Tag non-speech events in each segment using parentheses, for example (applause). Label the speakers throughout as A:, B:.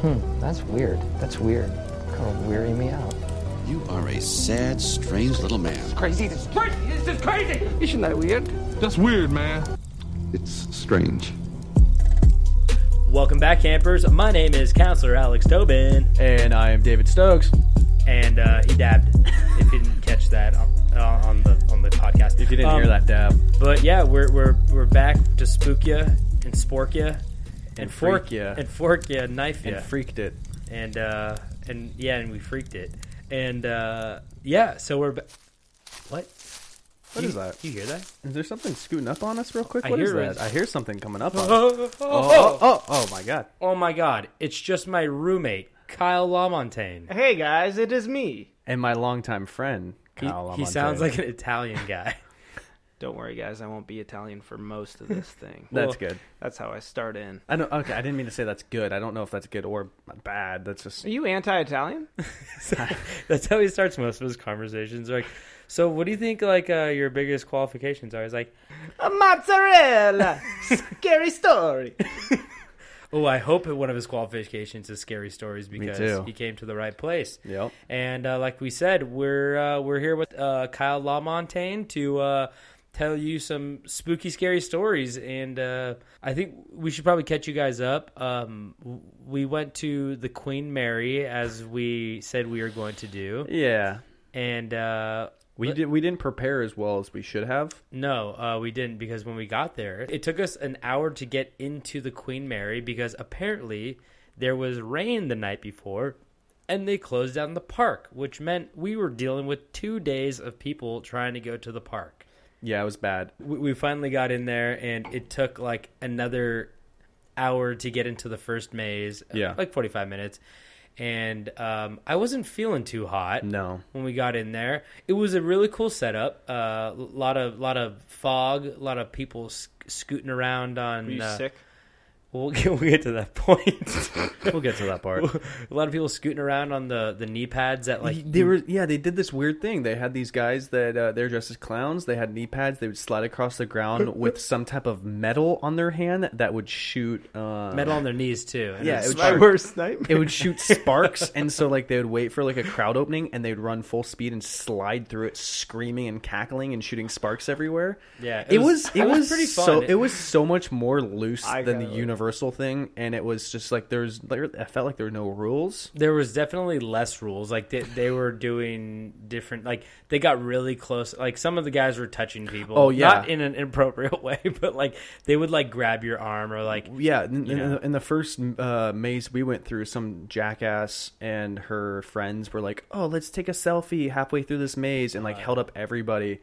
A: Hmm, that's weird. That's weird. Kind of weary me out.
B: You are a sad, strange little man.
C: Crazy. This is crazy. This is crazy. Isn't that weird?
D: That's weird, man.
E: It's strange.
F: Welcome back, campers. My name is Counselor Alex Tobin,
G: And I am David Stokes.
F: and uh, he dabbed. if you didn't catch that on, uh, on the on the podcast,
G: If you didn't
F: Um,
G: hear that dab,
F: but yeah, we're we're we're back to spook ya and spork ya and, fork
G: freak ya.
F: and fork ya, knife ya,
G: and freaked it.
F: and uh, and yeah, and we freaked it, and uh, yeah, so we're ba- what?
G: What
F: you,
G: is that?
F: You hear that?
G: Is there something scooting up on us real quick?
F: I
G: What is
F: hear it.
G: that? I hear something coming up (laughs) on us.
F: Oh,
G: Oh, oh, oh my god.
F: oh my God! It's just my roommate Kyle Lamontagne.
H: Hey guys, it is me.
G: And my longtime friend,
F: He,
G: Kyle.
F: he
G: Lamontagne.
F: sounds like an Italian
G: (laughs)
F: guy. (laughs)
H: Don't worry, guys. I won't be Italian for most of
G: (laughs)
H: this thing.
G: That's good.
H: That's how I start in.
G: I don't okay, I didn't mean to say that's good. I don't know if that's good or bad. That's just
H: Are you anti-Italian?
F: That's how he starts most of his conversations. Like, so what do you think? Like uh, your biggest qualifications are? He's like,
H: A
G: (laughs)
H: mozzarella. Scary story.
F: oh, I hope that one of his qualifications is scary stories because
G: too.
F: he came to the right place.
G: Yep.
F: And uh, like we said, we're uh, we're here with uh, Kyle Lamontagne to uh, tell you some spooky, scary stories. And uh, I think we should probably catch you guys up. Um, w- we went to the Queen Mary as we said we were going to do,
G: Yeah.
F: and. Uh,
G: We did we didn't prepare as well as we should have.
F: No, uh, we didn't because when we got there, it took us an hour to get into the Queen Mary because apparently there was rain the night before and they closed down the park, which meant we were dealing with two days of people trying to go to the park.
G: Yeah, it was bad.
F: We, we finally got in there and it took like another hour to get into the first maze,
G: Yeah.
F: like 45 minutes. And um, I wasn't feeling too hot
G: No.
F: when we got in there. It was a really cool setup. A lot of lot of fog, a lot of people sc- scooting around on.
H: Are you
F: uh,
H: sick?
F: We'll get we'll get to that (laughs) point.
G: We'll get to that part.
F: (laughs) a lot of people scooting around on the the knee pads that like
G: they were yeah they did this weird thing they had these guys that uh, they're dressed as clowns they had knee pads they would slide across the ground with some type of metal on their hand that would shoot uh,
F: metal on their knees too. And
G: yeah
F: it's-
G: it would,
H: My
G: shoot,
H: worst nightmare.
G: it would shoot
F: (laughs)
G: sparks and so like they would wait for like a crowd opening and they'd run full speed and slide through it screaming and cackling and shooting sparks everywhere
F: Yeah, it
G: it,
F: was-
G: was,
F: it
G: it
F: was
G: was,
F: pretty
G: so
F: fun.
G: it was so much more loose
H: I
G: than the
H: kinda like-
G: universal thing and it was just like there's there, I felt like there were no rules
F: there was definitely less rules. Like they, they were doing different. Like they got really close. Like some of the guys were touching people.
G: Oh, yeah.
F: not in an (laughs) inappropriate way, but like they would like grab your arm or like
G: Yeah, in, in,
F: know?
G: the, in the first uh, maze we went through, some jackass and her friends were like, "Oh, let's take a selfie halfway through this maze," and like held up everybody.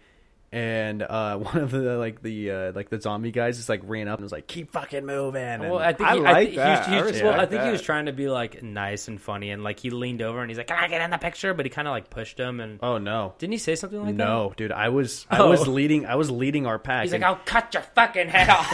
G: And uh, (laughs) one of the like the uh, like the zombie guys just like ran up and was like, "Keep fucking moving." And-
F: Well, I think
H: I
F: he, I
H: like
F: thi-
H: that.
F: He, was- he
H: I
F: was- well, I
H: respect
F: think he was
H: that.
F: trying to be like nice and funny, and like he leaned over and he's like, "Can I get in the picture?" But he kind of like pushed him, and
G: oh no,
F: didn't he say something like that?
G: no, dude, I was I
F: Oh.
G: was leading I was leading our pack.
F: He's like,
G: and
F: "I'll cut your fucking head off."
G: (laughs)
F: (laughs)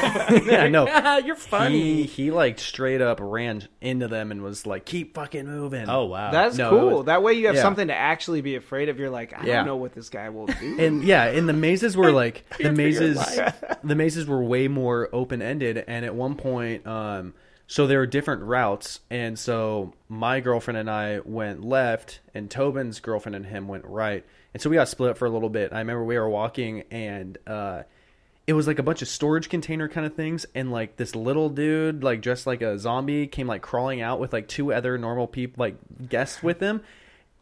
G: I know.
F: You're funny.
G: He he like straight up ran into them and was like, "Keep fucking moving."
F: oh wow,
H: That's
G: No, it
H: cool.
G: was-
H: that way you have
G: yeah.
H: something to actually be afraid of. You're like, I
G: Yeah.
H: don't know what this guy will do.
G: and yeah, and the mazes were like the mazes (laughs) the mazes were way more open ended and at one point um so there were different routes and so my girlfriend and I went left and Tobin's girlfriend and him went right. And so we got split up for a little bit. I remember we were walking and uh it was like a bunch of storage container kind of things and like this little dude like dressed like a zombie came like crawling out with like two other normal people like guests with him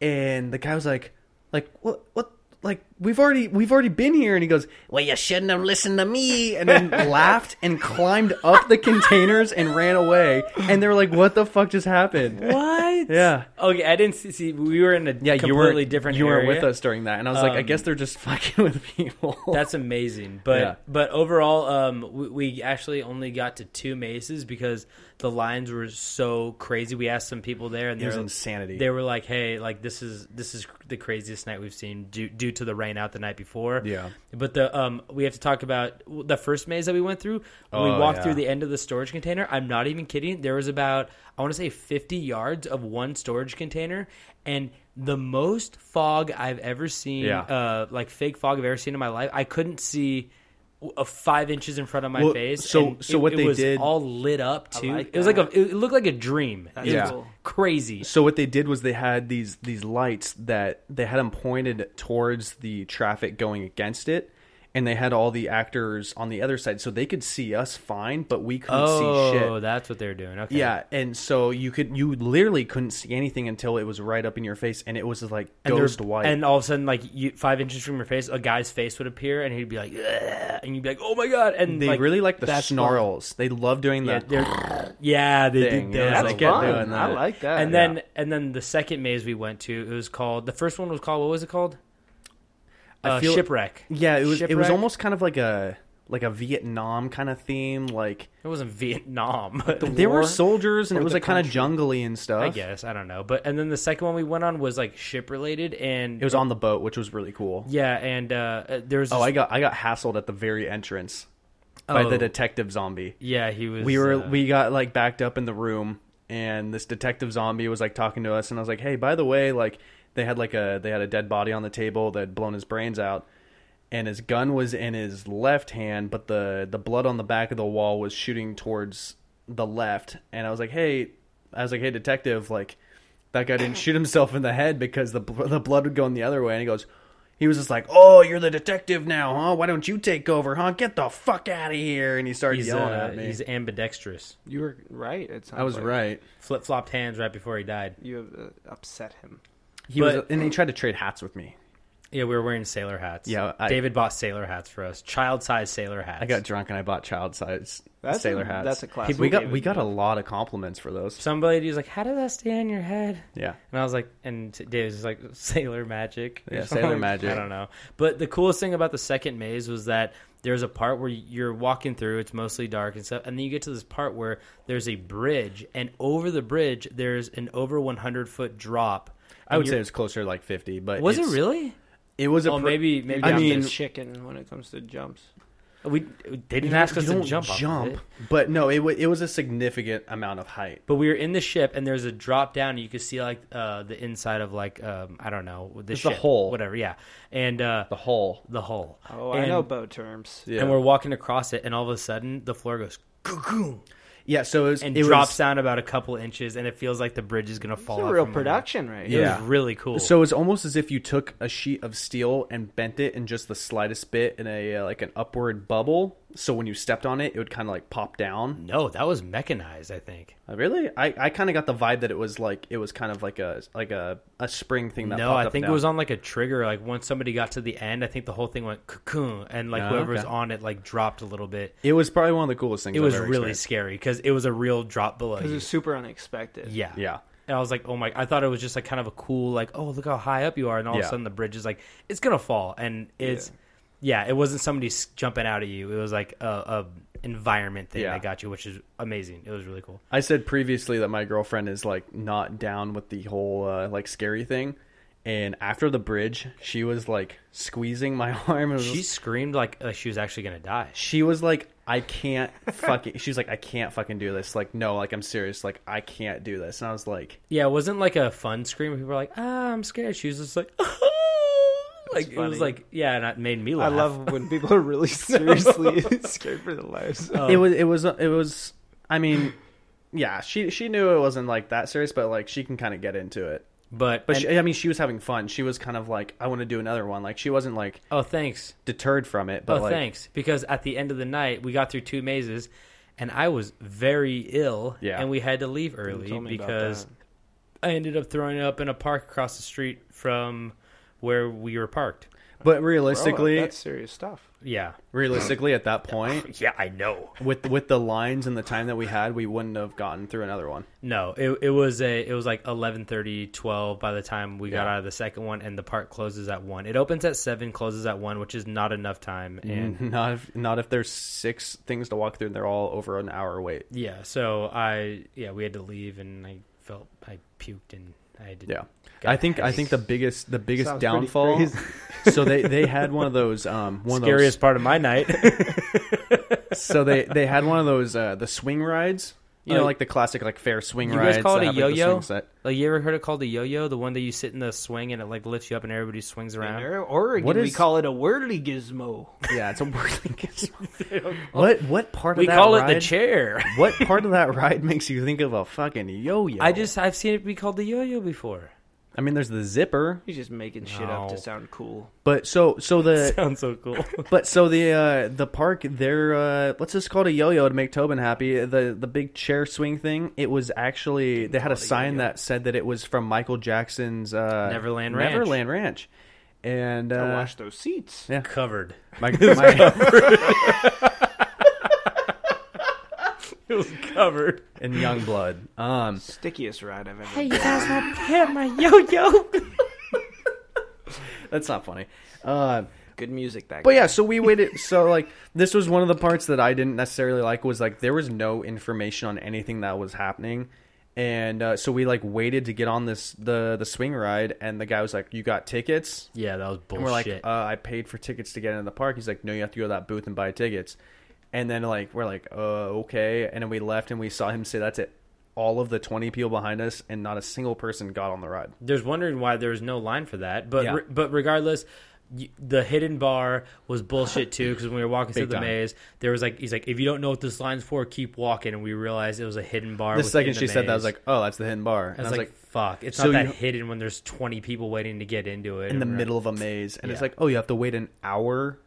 G: and the guy was like like what what like we've already we've already been here and he goes well you shouldn't have listened to me
F: (laughs)
G: and then laughed and climbed up the containers and ran away and they were like what the fuck just happened
F: what?
G: yeah
F: Okay, I didn't see, see. We were in a
G: yeah you
F: completely
G: were
F: different.
G: you
F: area. Um,
G: were with us during that and i was like i guess they're just (laughs) fucking with people (laughs)
F: That's amazing. But
G: Yeah.
F: but overall, um, we, we actually only got to two mazes because the lines were so crazy. We asked some people there, and they
G: was
F: were-
G: insanity.
F: They were like, "Hey, like this is this is the craziest night we've seen due, due to the rain out the night before."
G: Yeah.
F: But the um, we have to talk about the first maze that we went through. When we
G: Oh,
F: walked
G: yeah.
F: through the end of the storage container, I'm not even kidding. There was about I want to say 50 yards of one storage container, and the most fog I've ever seen
G: Yeah.
F: uh, like fake fog I've ever seen in my life. I couldn't see w- uh, five inches in front of my
G: Well,
F: face.
G: so-
F: and
G: so
F: it-
G: what
F: it
G: they
F: was
G: did-
F: all lit up too.
H: like
F: it was like a,
H: that.
F: it looked like a dream.
H: That's
F: It was
G: cool.
F: crazy.
G: So what they did was they had these these lights that they had them pointed towards the traffic going against it, and they had all the actors on the other side, so they could see us fine, but we couldn't
F: Oh,
G: see shit.
F: that's what they're doing. Okay.
G: Yeah, and so you could you literally couldn't see anything until it was right up in your face, and it was like
F: And there's-
G: ghost white.
F: And all of a sudden, like you, five inches from your face, a guy's face would appear, and he'd be like, "Ugh," and you'd be like, "Oh my god!" And
G: they
F: like,
G: really like the
F: that's
G: snarls. They love doing
F: Yeah,
G: that. (laughs)
F: they're, yeah, they
G: thing.
F: did
G: It was
F: that.
G: like,
H: That's
G: get
H: fun.
G: doing
H: I
G: that.
H: like that.
F: and then and then the second maze we went to, it was called. The first one was called. What was it called? Uh,
G: feel-
F: shipwreck.
G: yeah, it was it was
F: Shipwreck?
G: almost kind of like a like a Vietnam kind of theme. Like
F: It wasn't
G: (laughs)
F: Vietnam. (laughs)
G: there were soldiers, and it was
F: the
G: like kind of jungly and stuff.
F: I guess I don't know. But and then the second one we went on was like ship related, and
G: It was on the boat, which was really cool.
F: yeah, and uh, uh, there was
G: Oh,
F: this-
G: I got I got hassled at the very entrance by
F: Oh.
G: the detective zombie.
F: yeah he was
G: We were
F: uh,
G: we got like backed up in the room, and this detective zombie was like talking to us, and I was like, "Hey, by the way, like they had like a they had a dead body on the table that had blown his brains out, and his gun was in his left hand, but the the blood on the back of the wall was shooting towards the left, and I was like, "Hey, I was like, hey, detective, like." That guy
F: (laughs)
G: didn't shoot himself in the head because the bl- the blood would go in the other way, and he goes, he was just like, "Oh, you're the detective now, huh? Why don't you take over, huh? Get the fuck out of here!" And he started
F: he's,
G: yelling
F: uh,
G: at me.
F: he's ambidextrous.
H: you were right. It sounds
G: I was
H: like.
G: right.
F: Flip flopped hands right before he died.
H: You uh, upset him.
G: He
F: But-
G: was, and he tried to trade hats with me.
F: Yeah, we were wearing sailor hats.
G: Yeah, I-
F: David bought sailor hats for us, child size sailor hats.
G: I got drunk and I bought child size
H: That's
G: sailor
H: a-
G: hats.
H: that's a classic
G: We got
H: David
G: we got a
H: move.
G: lot of compliments for those.
F: somebody was like, "How did that stay on your head?"
G: Yeah,
F: And I was like, and Dave was like, (laughs) sailor magic. or
G: Yeah,
F: (laughs) something.
G: sailor magic.
F: I don't know. But the coolest thing about the second maze was that there's a part where you're walking through, it's mostly dark and stuff, and then you get to this part where there's a bridge, and over the bridge, there's an over 100 foot drop.
G: I would
F: And
G: say it
F: you're-
G: was closer to like fifty, but
F: Was it
G: it's-
F: really?
G: It was a
F: Oh,
G: pr-
F: maybe, maybe.
G: I
F: I'm
G: mean,
F: just-
H: chicken when it comes to jumps.
F: we they didn't ask us
G: you
F: to
G: don't
F: jump. off of it.
G: but no, it wa it was a significant amount of height.
F: But we were in the ship, and there's a drop down, and you could see like uh, the inside of like um, I don't know the
G: It's the
F: ship,
G: hull.
F: whatever. Yeah, and uh,
G: The hull.
F: the hull.
H: Oh, I
F: And-
H: know bow terms.
G: Yeah.
F: And we're walking across it, and all of a sudden the floor goes cuckoo
G: Yeah, so it was
F: and
G: it
F: drops
G: was,
F: down about a couple inches, and it feels like the bridge is gonna fall.
H: It's a
F: out
H: real
F: from under.
H: production right
F: It
H: here.
G: Yeah.
F: was really cool.
G: So it's almost as if you took a sheet of steel and bent it in just the slightest bit in a uh, like an upward bubble. So when you stepped on it, it would kind of like pop down.
F: no, that was mechanized. I think.
G: Uh, Really, I, I kind of got the vibe that it was like it was kind of like a like a, a spring thing. That
F: No,
G: popped
F: I
G: up
F: think
G: and
F: it was
G: down.
F: on like a trigger. Like once somebody got to the end, I think the whole thing went cuckoo, and like
G: Oh,
F: whoever was
G: okay.
F: on it like dropped a little bit.
G: It was probably one of the coolest things.
F: It
G: I've
F: was
G: ever
F: really
G: experienced.
F: scary because it was a real drop below.
H: It
F: you.
H: was super unexpected.
F: Yeah.
G: Yeah.
F: And I was like, oh my, I thought it was just like kind of a cool, like, oh, look how high up you are. And all of
G: Yeah.
F: a sudden the bridge is like, it's going to fall. And it's, yeah. it wasn't somebody s- jumping out at you. It was like a, a environment thing
G: Yeah.
F: that got you, which is amazing. It was really cool.
G: I said previously that my girlfriend is like not down with the whole uh, like scary thing, and after the bridge, she was like squeezing my (laughs) arm. and was
F: She screamed like, like she was actually going to die.
G: she was like i can't fucking she was like i can't fucking do this like no like i'm serious like i can't do this and i was like
F: Yeah, it wasn't like a fun scream. where People were like, ah, I'm scared. She was just like, (laughs) like, it
H: funny.
F: was like, yeah, and it made me
H: I
F: laugh.
H: love when people are
G: (laughs)
H: really seriously (laughs) scared for their lives.
F: Um,
G: it was it was it was i mean yeah she she knew it wasn't like that serious but like she can kind of get into it
F: But,
G: but
F: and-
G: she, i mean she was having fun she was kind of like i want to do another one like she wasn't like
F: oh, thanks.
G: deterred from it but
F: oh,
G: like
F: thanks. Because at the end of the night, we got through two mazes, and I was very ill.
G: Yeah.
F: And we had to leave early
H: told me about
F: because
H: that.
F: I ended up throwing up in a park across the street from where we were parked.
G: but
H: Bro,
G: realistically
H: Oh, that's serious stuff.
F: Yeah.
G: realistically at that point
F: Yeah, I know.
G: with with the lines and the time that we had we wouldn't have gotten through another one
F: No, it, it was a it was like 11:30, 12 by the time we got
G: Yeah.
F: out of the second one and the park closes at 1. It opens at 7, closes at 1, which is not enough time and
G: (laughs) Not if not if there's six things to walk through and they're all over an hour wait.
F: yeah, so I yeah, we had to leave and I felt I puked and I did
G: Yeah. I think I think the biggest the biggest
H: Sounds pretty
G: downfall.
H: crazy.
G: (laughs) so they they had one of those um one (laughs)
F: scariest part of my night.
G: of those so they they had one of those uh the swing rides You know, like the classic like fair swing
F: Oh, You
G: rides.
F: guys call
G: that
F: it a
G: have, like, the swing
F: yo-yo?
G: set.
F: (laughs) Like you ever heard it called a yo-yo? The one that you sit in the swing and it like lifts you up and everybody swings around.
H: Or, or
G: What
H: we
G: is-
H: call it a whirly gizmo.
G: Yeah, it's a whirling gizmo. what what part
F: We
G: of that
F: call it
G: ride,
F: the chair.
G: (laughs) what part of that ride makes you think of a fucking yo-yo?
F: I just I've seen it be called the yo-yo
G: (laughs)
F: before.
G: I mean, there's the zipper,
H: He's just making shit up to
F: No.
H: sound cool.
G: but so so the
F: Sounds (laughs) so cool.
G: but so the uh, the park there. Uh, what's this called? A yo-yo to make Tobin happy. The the big chair swing thing. It was actually they had a sign that said that it was from Michael Jackson's uh,
F: Neverland Ranch.
G: Neverland Ranch, and uh,
H: I wash those seats.
G: Yeah.
F: Covered.
G: my, my,
F: It was covered. (laughs)
G: and Youngblood. Um,
H: Stickiest ride I've ever.
F: guys not hit my yo-yo.
G: that's not funny. Uh,
H: Good music that.
G: But yeah, so we waited. So like, this was one of the parts that I didn't necessarily like was like there was no information on anything that was happening, and uh, so we like waited to get on this the the swing ride, and the guy was like, "You got tickets?"
F: Yeah, that was bullshit.
G: And we're like, uh, "I paid for tickets to get into the park." He's like, "No, you have to go to that booth and buy tickets." And then like we're like, "Uh, okay," and then we left and we saw him say, "That's it." All of the twenty people behind us, and not a single person got on the ride.
F: There's wondering why there was no line for that, but
G: Yeah.
F: re- but regardless, y- the hidden bar was bullshit too. Because when we were walking through
G: Big
F: the
G: time.
F: maze, there was like he's like, if you don't know what this line's for, keep walking. And we realized it was a hidden bar.
G: The
F: within
G: second she said that, I
F: maze.
G: was like, "Oh, that's the hidden bar." And
F: I was, like, fuck, it's
G: so
F: not that
G: you-
F: hidden when there's 20 people waiting to get into it
G: in the
F: Or-
G: middle of a maze, and it's
F: Yeah.
G: like, oh, you have to wait an hour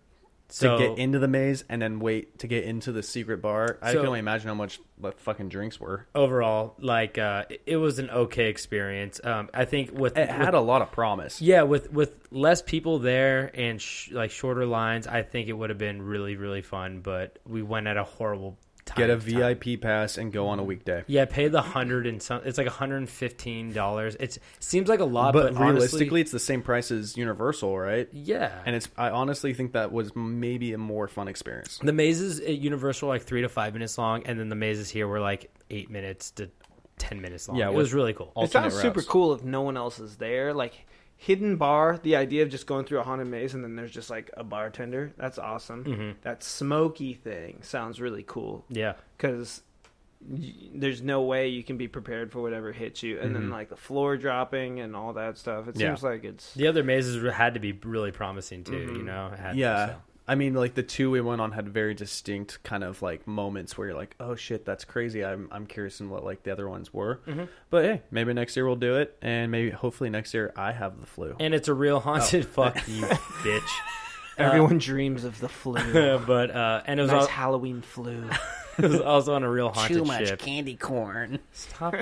F: So-
G: to get into the maze, and then wait to get into the secret bar. I
F: So-
G: can only imagine how much like, fucking drinks were.
F: Overall, like uh, it- it was an okay experience. Um, I think with
G: It
F: with-
G: had a lot of promise.
F: Yeah, with with less people there and sh- like shorter lines, I think it would have been really really fun. But we went at a horrible time.
G: Get a
F: of time.
G: VIP pass and go on a weekday.
F: Yeah, pay the hundred and some. It's like hundred and fifteen dollars. It seems like a lot, but,
G: But,
F: honestly-
G: realistically, it's the same price as Universal, right?
F: yeah.
G: And it's I honestly think that was maybe a more fun experience.
F: the mazes at Universal are like three to five minutes long, and then the mazes here were like eight minutes to ten minutes long.
G: Yeah,
F: it
G: with-
F: was really cool.
G: All-
H: It sounds
G: alternate
H: super
G: routes.
H: cool if no one else is there. Like hidden bar, the idea of just going through a haunted maze and then there's just like a bartender. That's awesome.
G: Mm-hmm.
H: That smoky thing sounds really cool.
F: yeah,
H: because there's no way you can be prepared for whatever hits you, and then like the floor dropping and all that stuff. It
G: Mm-hmm. Yeah.
H: seems like it's
F: the other mazes were- had to be really promising too. You know, It had to,
G: Mm-hmm. Yeah.
F: so.
G: I mean, like the two we went on had very distinct kind of like moments where you're like, "Oh shit, that's crazy." I'm I'm curious in what like the other ones were.
F: Mm-hmm.
G: But hey, maybe next year we'll do it, and maybe hopefully next year I have the flu.
F: And it's a
G: Oh.
F: real haunted. (laughs) Fuck
G: (laughs)
F: you, bitch. (laughs)
H: everyone dreams of the (laughs) flu. nice
F: but uh, and it was, al-
H: Halloween flu.
F: (laughs) it was also on a real haunted ship.
D: candy corn.
F: Stop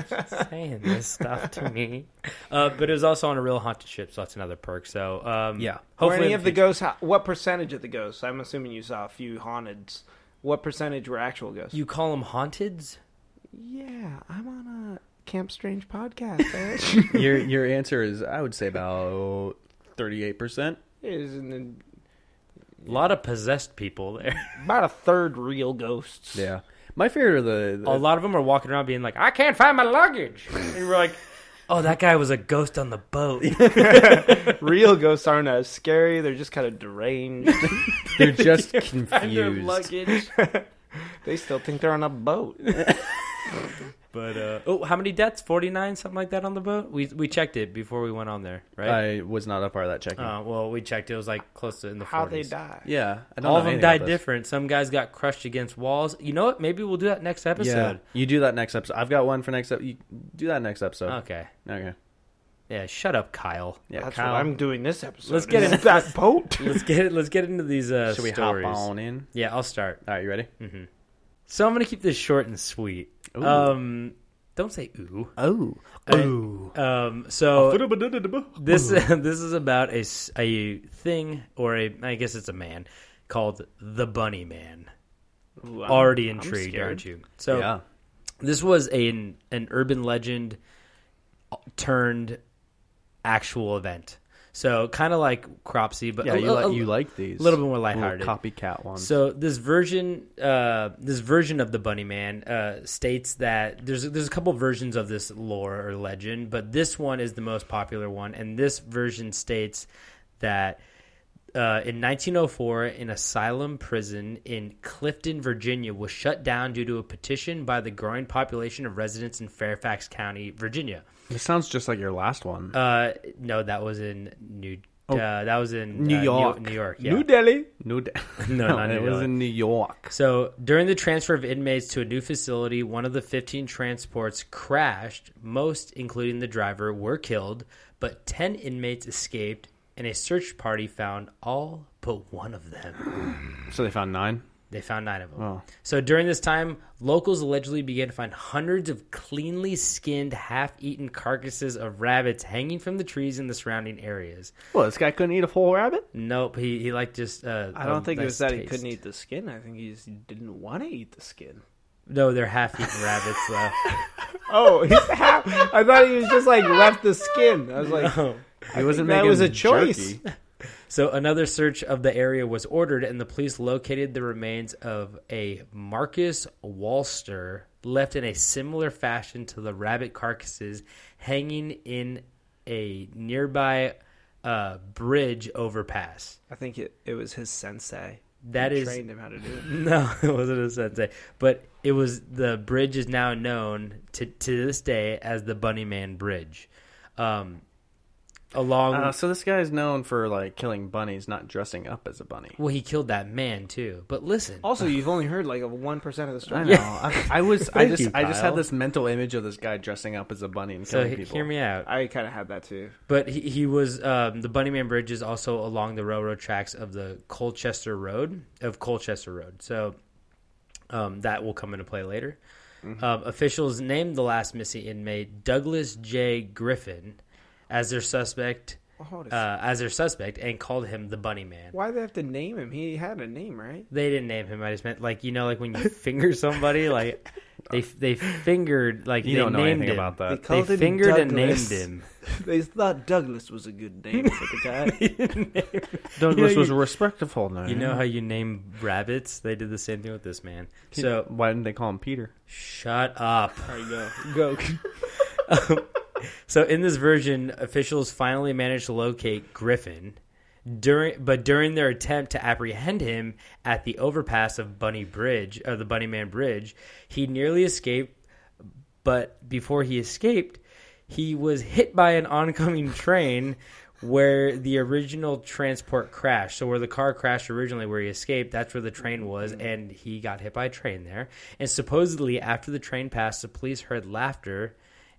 F: saying this stuff to me. Uh, but it was also on a real haunted ship, so that's another perk. So um,
G: Yeah.
H: Were
F: hopefully
H: any
F: in
H: of the
F: future-
H: ghosts? What percentage of the ghosts? I'm assuming you saw a few haunteds. What percentage were actual ghosts?
F: you call them haunteds.
H: yeah, I'm on a Camp Strange podcast. (laughs) bitch.
G: your your answer is I would say about thirty eight percent.
H: It is an-
F: A lot of possessed people there.
D: (laughs)
H: about a third real ghosts.
G: Yeah, my favorite are the, the
F: A lot of them are walking around being like, "I can't find my luggage," and you're like, "Oh, that guy was a ghost on the boat."
H: (laughs)
D: (laughs)
H: Real ghosts aren't as scary. They're just kind of
F: (laughs)
H: deranged.
G: they're just
F: Their
G: confused.
F: luggage.
H: they still think they're on a boat.
F: But uh, oh, how many deaths? Forty nine, something like that on the boat. We we checked it before we went on there,
D: Uh,
F: right?
G: I was not a part of that checking.
F: uh, well, we checked. It was like close to in the
H: How they
F: 40s.
H: die?
G: yeah, I don't
F: All
G: know
F: of them
G: anything about
F: died
G: this.
F: different. Some guys got crushed against walls. You know what? Maybe we'll do that next episode.
G: Yeah, you do that next episode. I've got one for next episode. You do that next episode.
F: Okay.
G: Okay.
F: Yeah, shut up, Kyle.
G: Yeah,
H: That's
G: Kyle,
H: what I'm doing this episode.
F: Let's get
H: is
F: in-
H: that boat.
F: (laughs) Let's get let's get into these uh
G: should we
F: stories.
G: hop on in?
F: Yeah, I'll start.
G: All right, you ready?
F: So I'm gonna keep this short and sweet. Um don't say ooh.
G: Oh,
F: Ooh. Um so this (laughs) this is about a, s- a thing or a I guess it's a man called the Bunny Man. Already intrigued,
H: scared.
F: aren't you? So
G: yeah.
F: this was an an urban legend turned actual event. So kind of like Cropsy, but
G: Yeah,
F: a-
G: you,
F: a-
G: like you like these.
F: a little bit more lighthearted.
G: Little copycat ones.
F: So this version, uh, this version of the Bunny Man uh, states that there's there's a couple versions of this lore or legend, but this one is the most popular one, and this version states that uh, in 1904, an asylum prison in Clifton, Virginia, was shut down due to a petition by the growing population of residents in Fairfax County, Virginia.
G: It sounds just like your last one.
F: Uh, no, that was in New. uh, that was in
G: Oh, New
F: uh,
G: York.
F: New, York. Yeah.
H: New Delhi.
G: New De-
F: (laughs)
G: (laughs)
F: No, not New
G: it was
F: Delhi.
G: in New York.
F: So during the transfer of inmates to a new facility, one of the 15 transports crashed. Most, including the driver, were killed, but 10 inmates escaped, and a search party found all but one of them.
G: So they found nine.
F: They found nine of them. So during this time, locals allegedly began to find hundreds of cleanly skinned, half eaten carcasses of rabbits hanging from the trees in the surrounding areas.
G: Well, this guy couldn't eat a whole rabbit.
F: Nope, he, he liked just. Uh,
H: I don't
F: a
H: think it was
F: nice
H: that he
F: taste.
H: couldn't eat (laughs) the skin. I think he just didn't want to eat the skin.
F: No, they're half eaten rabbits,
H: (laughs)
F: though.
H: Oh, (laughs) he's half. I thought he was just like left the skin. I was like,
G: He wasn't
H: that
G: making
H: was a choice.
G: jerky.
F: So another search of the area was ordered, and the police located the remains of a Marcus Walster left in a similar fashion to the rabbit carcasses hanging in a nearby uh, bridge overpass. (laughs)
H: I think it, it was his sensei.
F: That
H: who
F: is-
H: trained him how to do it.
F: No, it wasn't a sensei, but it was the bridge is now known to to this day as the Bunnyman Bridge. Um, along,
G: (laughs) Uh, so this guy is known for like killing bunnies, not dressing up as a bunny.
F: well, he killed that man too. But listen,
H: Also, you've only heard like a one percent of the
G: I
H: story.
G: know. I,
F: (laughs)
G: I was. I
F: Thank
G: just.
F: you,
G: I just
F: Kyle.
G: had this mental image of this guy dressing up as a bunny and
F: so
G: killing
F: he-
G: people.
F: hear me out.
H: I kind of had that too.
F: But he, he was um, the Bunnyman Bridge is also along the railroad tracks of the Colchester Road of Colchester Road. So um, that will come into play later.
H: Mm-hmm.
F: Um, officials named the last missing inmate Douglas J. Griffin as their suspect,
H: Oh, Hold a
F: uh, as their suspect, and called him the Bunnyman.
H: Why do they have to name him? He had a name, right?
F: They didn't name him. I just meant like you know, like when you (laughs) finger somebody, like they they fingered like
G: You
F: they
G: don't know
F: named
G: anything
F: him.
G: about that.
F: Uh, They
H: Called him
F: fingered and named
H: Douglas.
F: him.
H: (laughs) They thought Douglas was a good name for the
F: (laughs)
H: guy. (laughs)
G: Douglas
F: you-
G: was a respectful name.
F: You know how you name rabbits? They did the same thing with this man. So
G: why didn't they call him Peter?
F: shut up.
H: I know. Go.
F: So in this version, officials finally managed to locate Griffin during, but during their attempt to apprehend him at the overpass of Bunny Bridge or the Bunnyman Bridge, he nearly escaped. But before he escaped, he was hit by an oncoming train where the original transport crashed. So where the car crashed originally, where he escaped, that's where the train was, and he got hit by a train there. And supposedly, after the train passed, the police heard laughter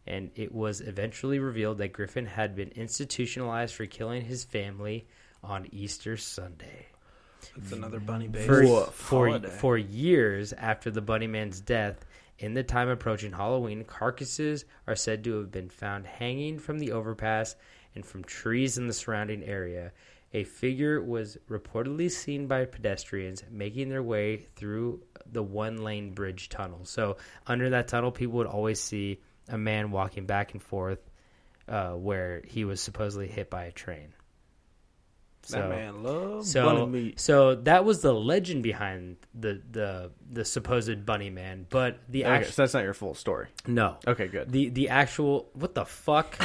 F: and it was eventually revealed that Griffin had been institutionalized for killing his family on Easter Sunday.
H: It's another bunny base.
F: For, for, for years after the Bunnyman's death, in the time approaching Halloween, carcasses are said to have been found hanging from the overpass and from trees in the surrounding area. A figure was reportedly seen by pedestrians making their way through the one lane bridge tunnel. So, under that tunnel, people would always see a man walking back and forth uh, where he was supposedly hit by a train. So,
H: that man
G: Oh,
H: loves bunny
F: so,
H: meat.
F: so that was the legend behind the the the supposed bunny man, but the
G: Okay,
F: actual
G: so that's not your full story.
F: no.
G: Okay, good.
F: The the actual what the
G: (laughs)
F: fuck?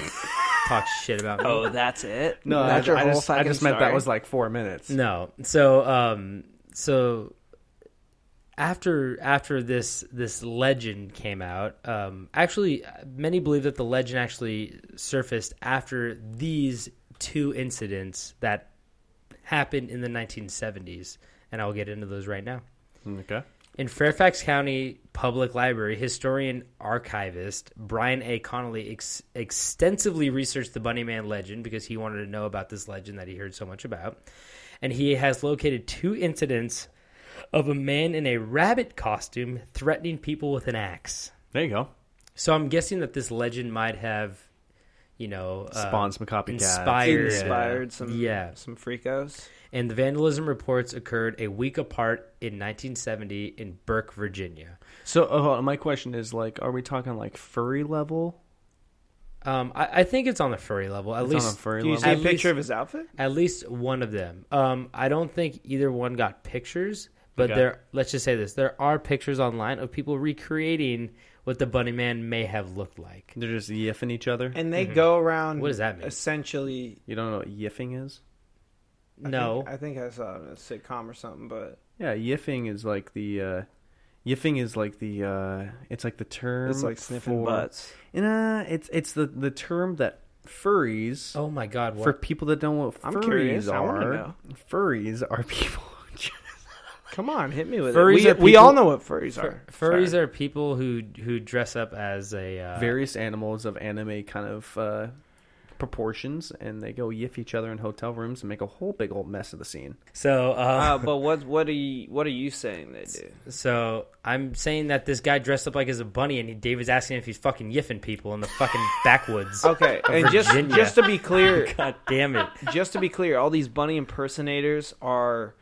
F: Talk shit about me.
G: Oh,
H: that's it.
G: No,
H: that's
G: I, I just, I just meant that was like four minutes.
F: No. So um so after after this this legend came out, um actually many believe that the legend actually surfaced after these two incidents that happened in the 1970s and I'll get into those right now.
G: Mm, Okay.
F: In Fairfax County Public Library, historian archivist Brian A. Connolly ex- extensively researched the Bunnyman legend because he wanted to know about this legend that he heard so much about. And he has located two incidents of a man in a rabbit costume threatening people with an axe.
G: There you go.
F: So I'm guessing that this legend might have, you know, uh,
G: Spawn some copycats.
F: inspired,
H: inspired some
F: uh, yeah.
H: some freakos.
F: and the vandalism reports occurred a week apart in 1970 in Burke, Virginia.
G: So uh, my question is like, are we talking like furry level?
F: Um, I, I think it's on the furry level. At
G: It's
F: least
G: on a furry
H: Do you
G: level.
H: see a
F: At
H: picture
F: least-
H: of his outfit?
F: At least one of them. Um, I don't think either one got pictures, but
G: Okay.
F: there. Let's just say this: there are pictures online of people recreating what the bunny man may have looked like.
G: They're just yiffing each other.
H: And they go around.
F: What does Mm-hmm. that mean?
H: Essentially,
G: you don't know what yiffing is?
F: No.
H: I think I saw it in a sitcom or something, but
G: Yeah, yiffing is like the uh, yiffing is like the uh, it's like the term.
H: it's like sniffing
G: for-
H: butts.
G: Nah, it's it's the the term that furries
F: oh my god! What?
G: for people that don't know what
H: I'm
G: furries
H: curious, I wanna
G: are.
H: know.
G: Furries are people. (laughs) who just-
H: Come on, hit me with it.
F: Furries
H: We,
F: are
H: we
F: people-
H: all know what furries are.
F: Furries
H: Sorry.
F: are people who who dress up as a uh,
G: various animals of anime kind of uh, proportions, and they go yiff each other in hotel rooms and make a whole big old mess of the scene.
F: so.
H: Uh,
G: Ah,
F: Uh,
H: but what what are you what are you saying they do?
F: (laughs) so I'm saying that this guy dressed up like as a bunny, and he, David's asking if he's fucking yiffing people in the
G: (laughs)
F: fucking backwoods.
H: (laughs) Okay, and just
F: Virginia.
H: just to be clear,
F: God damn it!
H: just to be clear, all these bunny impersonators are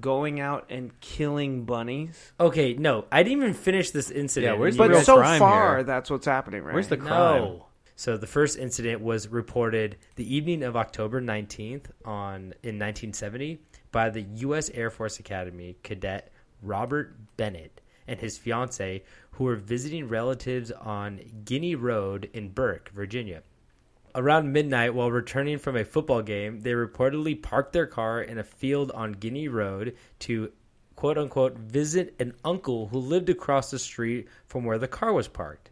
H: going out and killing bunnies.
F: Okay, no, I didn't even finish this incident.
G: where's
F: and
G: the
F: you-
H: But
G: real
H: so
G: crime
H: far,
G: here.
H: that's what's happening, right?
G: Where's the crime?
F: No. So the first incident was reported the evening of October 19th on in 1970 by the U.S. Air Force Academy cadet Robert Bennett and his fiancee, who were visiting relatives on Guinea Road in Burke, Virginia. Around midnight, while returning from a football game, they reportedly parked their car in a field on Guinea Road to quote unquote visit an uncle who lived across the street from where the car was parked.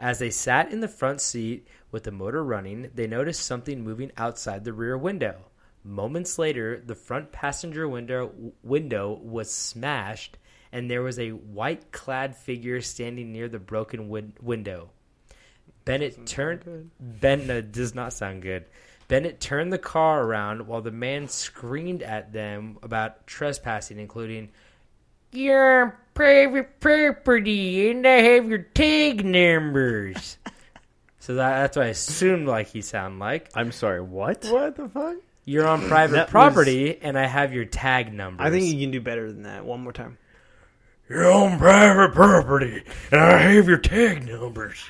F: As they sat in the front seat with the motor running, they noticed something moving outside the rear window. Moments later, the front passenger window w- window was smashed and there was a white-clad figure standing near the broken win- window. Bennett turned. Ben no, it does not sound good. Bennett turned the car around while the man screamed at them about trespassing, including "Your private property, and I have your tag numbers." so that, that's what I assumed like he sounded like.
G: I'm sorry, what?
H: What the fuck?
F: You're on private
G: was-
F: property, and I have your tag numbers.
H: I think you can do better than that. One more time.
F: you're on private property, and I have your tag numbers.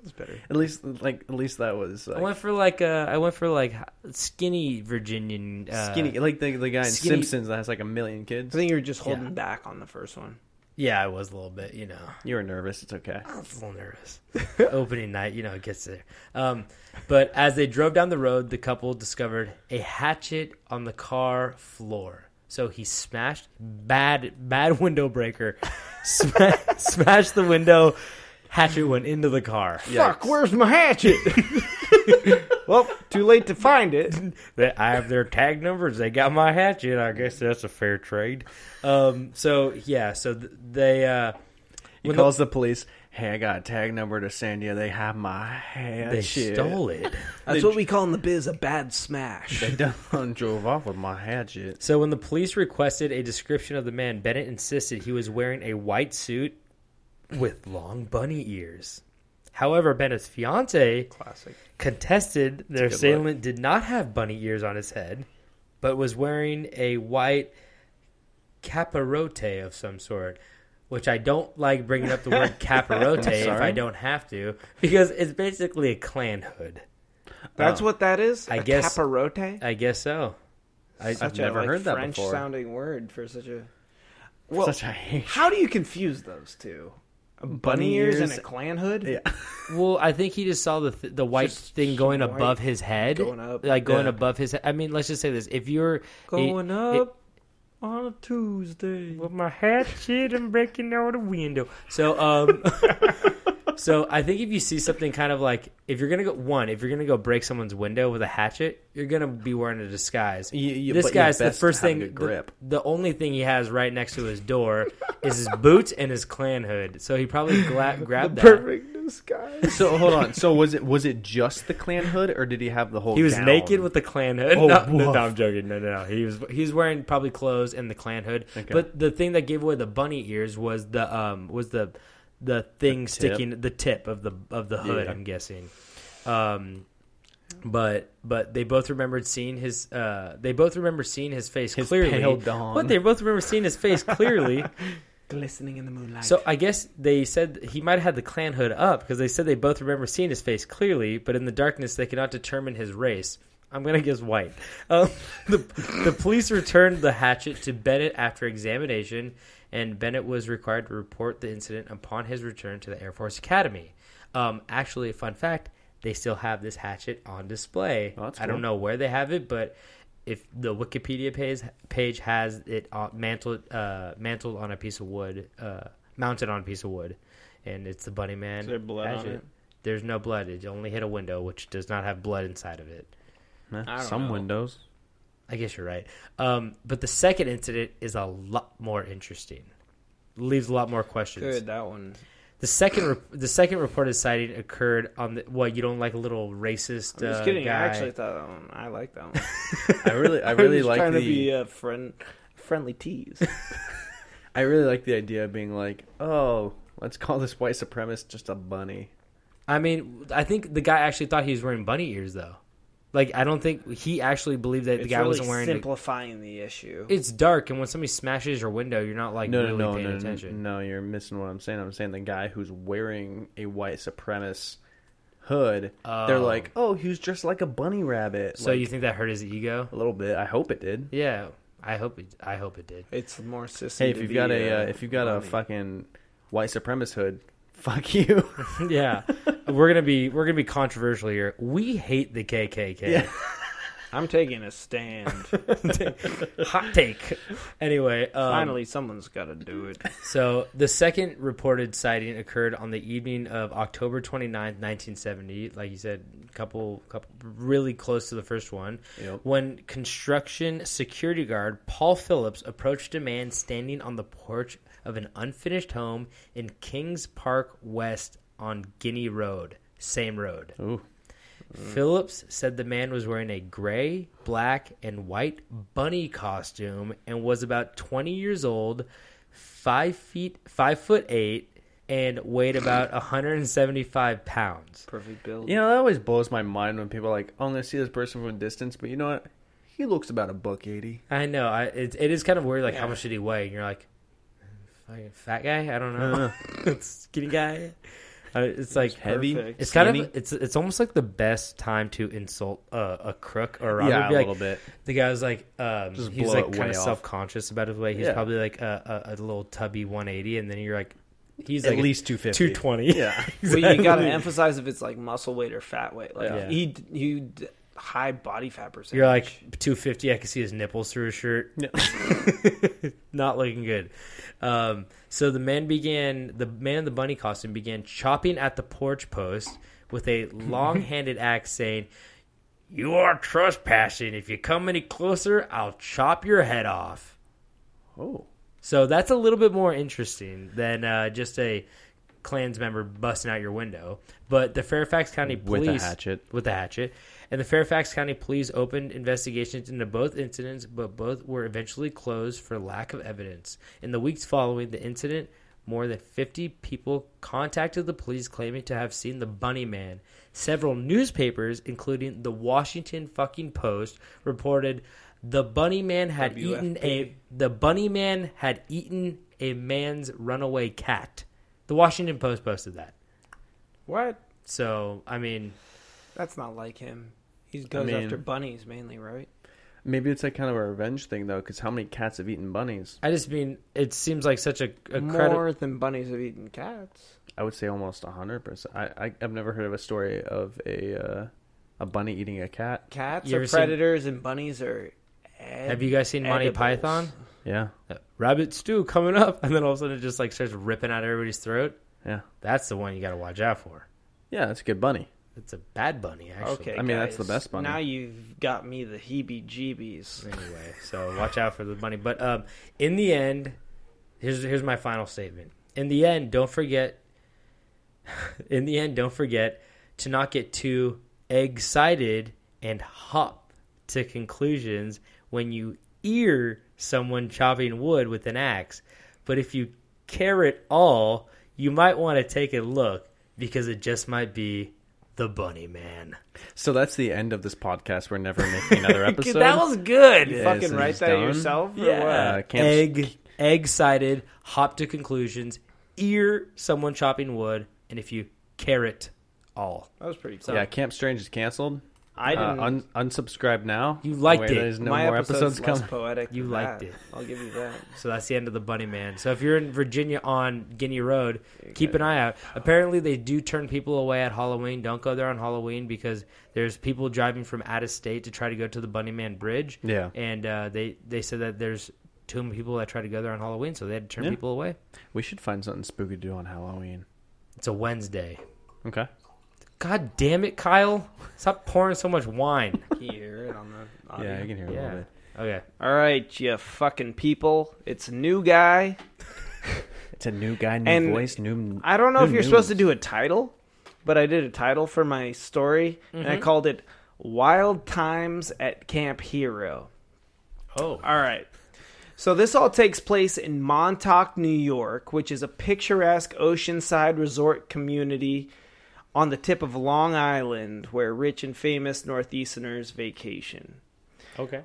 H: That's better.
G: At least, like, at least that was
F: I
G: like,
F: went for like uh, I went for like skinny Virginian uh,
G: skinny, like the the guy in
F: skinny-
G: Simpsons that has like a million kids.
H: I think you're just holding back on the first one.
F: Yeah, I was a little bit, you know,
G: You were nervous. It's okay.
F: I was a little nervous. (laughs) Opening night, you know, it gets there. Um, but as they drove down the road, the couple discovered a hatchet on the car floor. So he smashed bad bad (laughs) window breaker, sma- (laughs) smashed the window. Hatchet went into the car.
H: Fuck, where's my hatchet? (laughs) well, too late to find it.
F: They- I have their tag numbers. They got my hatchet. I guess that's a fair trade. Um, so yeah, so th- they. Uh,
G: He
F: when the-
G: calls the police. Hey, I got a tag number to send you. They have my hatchet.
F: they stole it. (laughs)
H: That's what we call in the biz a bad smash.
G: (laughs) They done (laughs) drove off with my hatchet.
F: So when the police requested a description of the man, Bennett insisted he was wearing a white suit with long bunny ears. However, Bennett's fiance
H: Classic.
F: contested their assailant did not have bunny ears on his head, but was wearing a white caparote of some sort. Which I don't like bringing up the word caparote if I
G: sorry?
F: don't have to, because it's basically a clan hood.
G: Oh.
H: That's what that is.
F: I
H: A
F: guess-
H: caparote.
F: I guess so. I,
H: Such a,
G: never
H: like,
G: heard that before.
H: French-sounding word for such a. Well,
G: Such a hate.
H: how do you confuse those two? A bunny, ears, and
G: ears-
H: a clan hood.
G: Yeah.
F: Well, I think he just saw the th- the white
H: Just
F: thing going
H: white
F: above his head,
H: going up.
F: like going
G: Yeah.
F: above his. head. I mean, let's just say this: if you're
H: Going
F: it-
H: up on a Tuesday.
F: it- with my hatchet, I'm breaking out a window. So, um, (laughs) so I think if you see something kind of like if you're gonna go one, if you're gonna go break someone's window with a hatchet, you're gonna be wearing a disguise.
G: You- you-
F: this
G: but you
F: guy's the
G: best
F: first
G: have a
F: thing.
G: good
F: the-
G: grip.
F: The, only thing he has right next to his door is his boots and his clan hood. So he probably gla- grabbed that.
H: Perfect disguise.
G: So hold on. So was it was it just the clan hood, or did he have the whole?
F: He was
G: gown?
F: naked with the clan hood. (laughs)
G: Oh,
F: no, no,
G: woof.
F: no, I'm joking. No, no, no. He was he was wearing probably clothes and the clan hood. But the thing that gave away the bunny ears was the um was the the thing sticking the tip of the of the hood.
G: Yeah.
F: I'm guessing. Um, but but they both remembered seeing his uh they both remember seeing his face
G: His
F: clearly.
G: pale dawn.
F: But they both remember seeing his face
G: (laughs)
F: clearly.
H: Glistening in the moonlight.
F: So I guess they said he might have had the clan hood up because they said they both remember seeing his face clearly, but in the darkness they could not determine his race. I'm gonna guess white. (laughs) Um, the, the police returned the hatchet to Bennett after examination, and Bennett was required to report the incident upon his return to the Air Force Academy. Um, actually, a fun fact: they still have this hatchet on display.
G: Oh, that's
F: I don't
G: cool.
F: know where they have it, but if the Wikipedia page page has it on, mantled uh, mantled on a piece of wood, uh, mounted on a piece of wood, and it's the Bunny Man.
H: there blood on
F: hatchet.
H: it?
F: There's no blood. It only hit a window, which does not have blood inside of it.
H: don't
G: some
H: know.
G: windows.
F: I guess you're right. Um, but the second incident is a lot more interesting. Leaves a lot more questions.
H: Good, that one.
F: The second re- the second reported sighting occurred on the what you don't like a little racist.
H: I'm just
F: uh,
H: kidding.
F: Guy.
H: I actually thought that one. I like
G: (laughs)
H: that one.
G: I really,
H: (laughs)
G: I
H: I'm
G: really
H: just
G: like
H: trying
G: the.
H: to be uh, a friend, friendly
G: (laughs)
H: tease.
G: I really like the idea of being like, oh, let's call this white supremacist just a bunny.
F: I mean, I think the guy actually thought he was wearing bunny ears though. Like I don't think he actually believed that the
H: it's
F: guy
H: really
F: wasn't wearing.
H: simplifying the issue.
F: It's dark, and when somebody smashes your window, you're not like
G: No,
F: really
G: no,
F: paying
G: no, no,
F: attention.
G: no. You're missing what I'm saying. I'm saying the guy who's wearing a white supremacist hood. They're
F: Oh.
G: like, oh, he was dressed like a bunny rabbit.
F: So
G: Like,
F: you think that hurt his ego?
G: a little bit? I hope it did.
F: Yeah, I hope it. I hope it
G: (laughs)
F: did.
H: It's more system.
G: Hey, if
H: to
G: you've
H: be,
G: got a, uh,
H: uh,
G: if you've got a
H: funny.
G: fucking white supremacist hood, (laughs) fuck you.
F: (laughs) yeah, we're gonna be we're gonna be controversial here. We hate the KKK.
H: I'm taking a stand.
G: (laughs) Um,
F: (laughs) Hot take. Anyway, um,
H: Finally, someone's got to do it.
F: So the second reported sighting occurred on the evening of October 29th, 1970. Like you said, couple, couple really close to the first one.
G: Yep.
F: When construction security guard Paul Phillips approached a man standing on the porch of an unfinished home in Kings Park West on Guinea Road, same road.
G: Ooh.
F: Phillips said the man was wearing a gray, black, and white bunny costume and was about 20 years old, five feet, five foot eight, and weighed about 175 pounds.
H: Perfect build.
G: You know, that always blows my mind when people are like, oh, I'm going to see this person from a distance, but you know what? He looks about a buck 80.
F: I know. I, it, it is kind of weird. Like, how much did he weigh? And you're like, fucking fat guy? I don't
G: Uh-huh.
F: (laughs) know. Skinny guy? Uh, it's like
G: heavy,
H: perfect.
F: It's kind of
G: skinny.
F: it's it's almost like the best time to insult uh, a crook or a robber.
G: Yeah,
F: Be
G: a
F: like-
G: little bit.
F: The guy was like, um,
G: Just
F: he was
G: blow
F: like
G: it
F: kind
G: way
F: of
G: off.
F: self conscious about his way. He's
G: Yeah.
F: probably like a, a, a little tubby 180, and then you're like, he's
G: At
F: like a
G: least 250.
F: 220.
G: Yeah.
F: (laughs)
H: Well, you got to emphasize if it's like muscle weight or fat weight. Like
F: Yeah.
H: he, you d- high body fat percentage.
F: You're like 250. I can see his nipples through his shirt. (laughs) Not looking good. Um, so the man began. The man in the bunny costume began chopping at the porch post with a long-handed axe, saying, "You are trespassing. If you come any closer, I'll chop your head off."
G: Oh.
F: So that's a little bit more interesting than uh, just a Klans member busting out your window. But the Fairfax County
G: With a
F: Police
G: hatchet.
F: with a hatchet, and the Fairfax County Police opened investigations into both incidents, but both were eventually closed for lack of evidence. In the weeks following the incident, more than 50 people contacted the police claiming to have seen the Bunny Man. Several newspapers, including the Washington fucking Post, reported the Bunny Man had eaten a the Bunny Man had eaten a man's runaway cat. The Washington Post posted that.
H: what?
F: So I mean,
H: That's not like him. He goes
G: mean-
H: after bunnies mainly, right?
G: Maybe it's like kind of a revenge thing, though, because how many cats have eaten bunnies?
F: I just mean it seems like such a, a credit.
H: More than bunnies have eaten cats.
G: I would say almost 100%. I, I, I've never heard of a story of a, uh, a bunny eating a cat.
H: Cats
F: You
H: are
F: ever seen-
H: predators, and bunnies are. ed-
F: Have you guys seen Monty
H: edibles.
F: Python?
G: Yeah.
F: Uh, Rabbit stew coming up, (laughs) and then all of a sudden it just like starts ripping out everybody's throat.
G: Yeah.
F: That's the one you got to watch out for.
G: Yeah, that's a good bunny.
F: It's a bad bunny, actually.
H: Okay,
G: I mean, that's the
H: guys,
G: best bunny.
H: Now you've got me the heebie-jeebies.
F: anyway. So watch out for the bunny. But um, in the end, here's here's my final statement. In the end, don't forget. (laughs) in the end, don't forget to not get too excited and hop to conclusions when you ear someone chopping wood with an axe. But if you care at all, you might want to take a look because it just might be the bunny man.
G: So that's the end of this podcast. We're never (laughs) making another episode.
F: that was good.
G: Yeah,
H: Fucking
G: so
H: write
G: he's
H: that
G: done.
H: yourself, or
G: Uh,
H: what?
G: Camp-
F: egg egg sided hop to conclusions ear someone chopping wood and if you carrot all
H: That was pretty cool.
G: Yeah, Camp Strange is canceled.
H: I
G: Uh,
H: didn't.
G: un- unsubscribe now.
F: You liked
G: Wait,
F: it.
G: There's no
H: my
G: more
H: episode's
G: episodes
H: less
G: coming.
H: poetic.
F: You
H: than
F: liked
H: that.
F: it.
H: I'll give you
F: (laughs)
H: that.
F: So that's the end of the Bunny Man. So if you're in Virginia on Guinea Road, keep an eye out. Apparently, they do turn people away at Halloween. Don't go there on Halloween because there's people driving from out of state to try to go to the Bunny Man Bridge.
G: Yeah.
F: and uh, they they said that there's too many people that try to go there on Halloween, so they had to turn
G: Yeah.
F: people away.
G: We should find something spooky to do on Halloween.
F: It's a Wednesday.
G: Okay.
F: God damn it, Kyle! Stop pouring so much wine.
H: Can you hear it on the audio?
G: Yeah, I can hear it a little
F: Oh, yeah.
G: bit.
F: Okay.
H: All right, you fucking people. It's new guy.
G: It's a new guy, new
H: And
G: voice, new.
H: I don't know
G: new
H: if you're supposed to
G: news.
H: do a title, but I did a title for my story, and I called it "Wild Times at Camp Hero."
F: Oh,
H: All right. So this all takes place in Montauk, New York, which is a picturesque oceanside resort community on the tip of Long Island where rich and famous northeasterners vacation.
F: okay.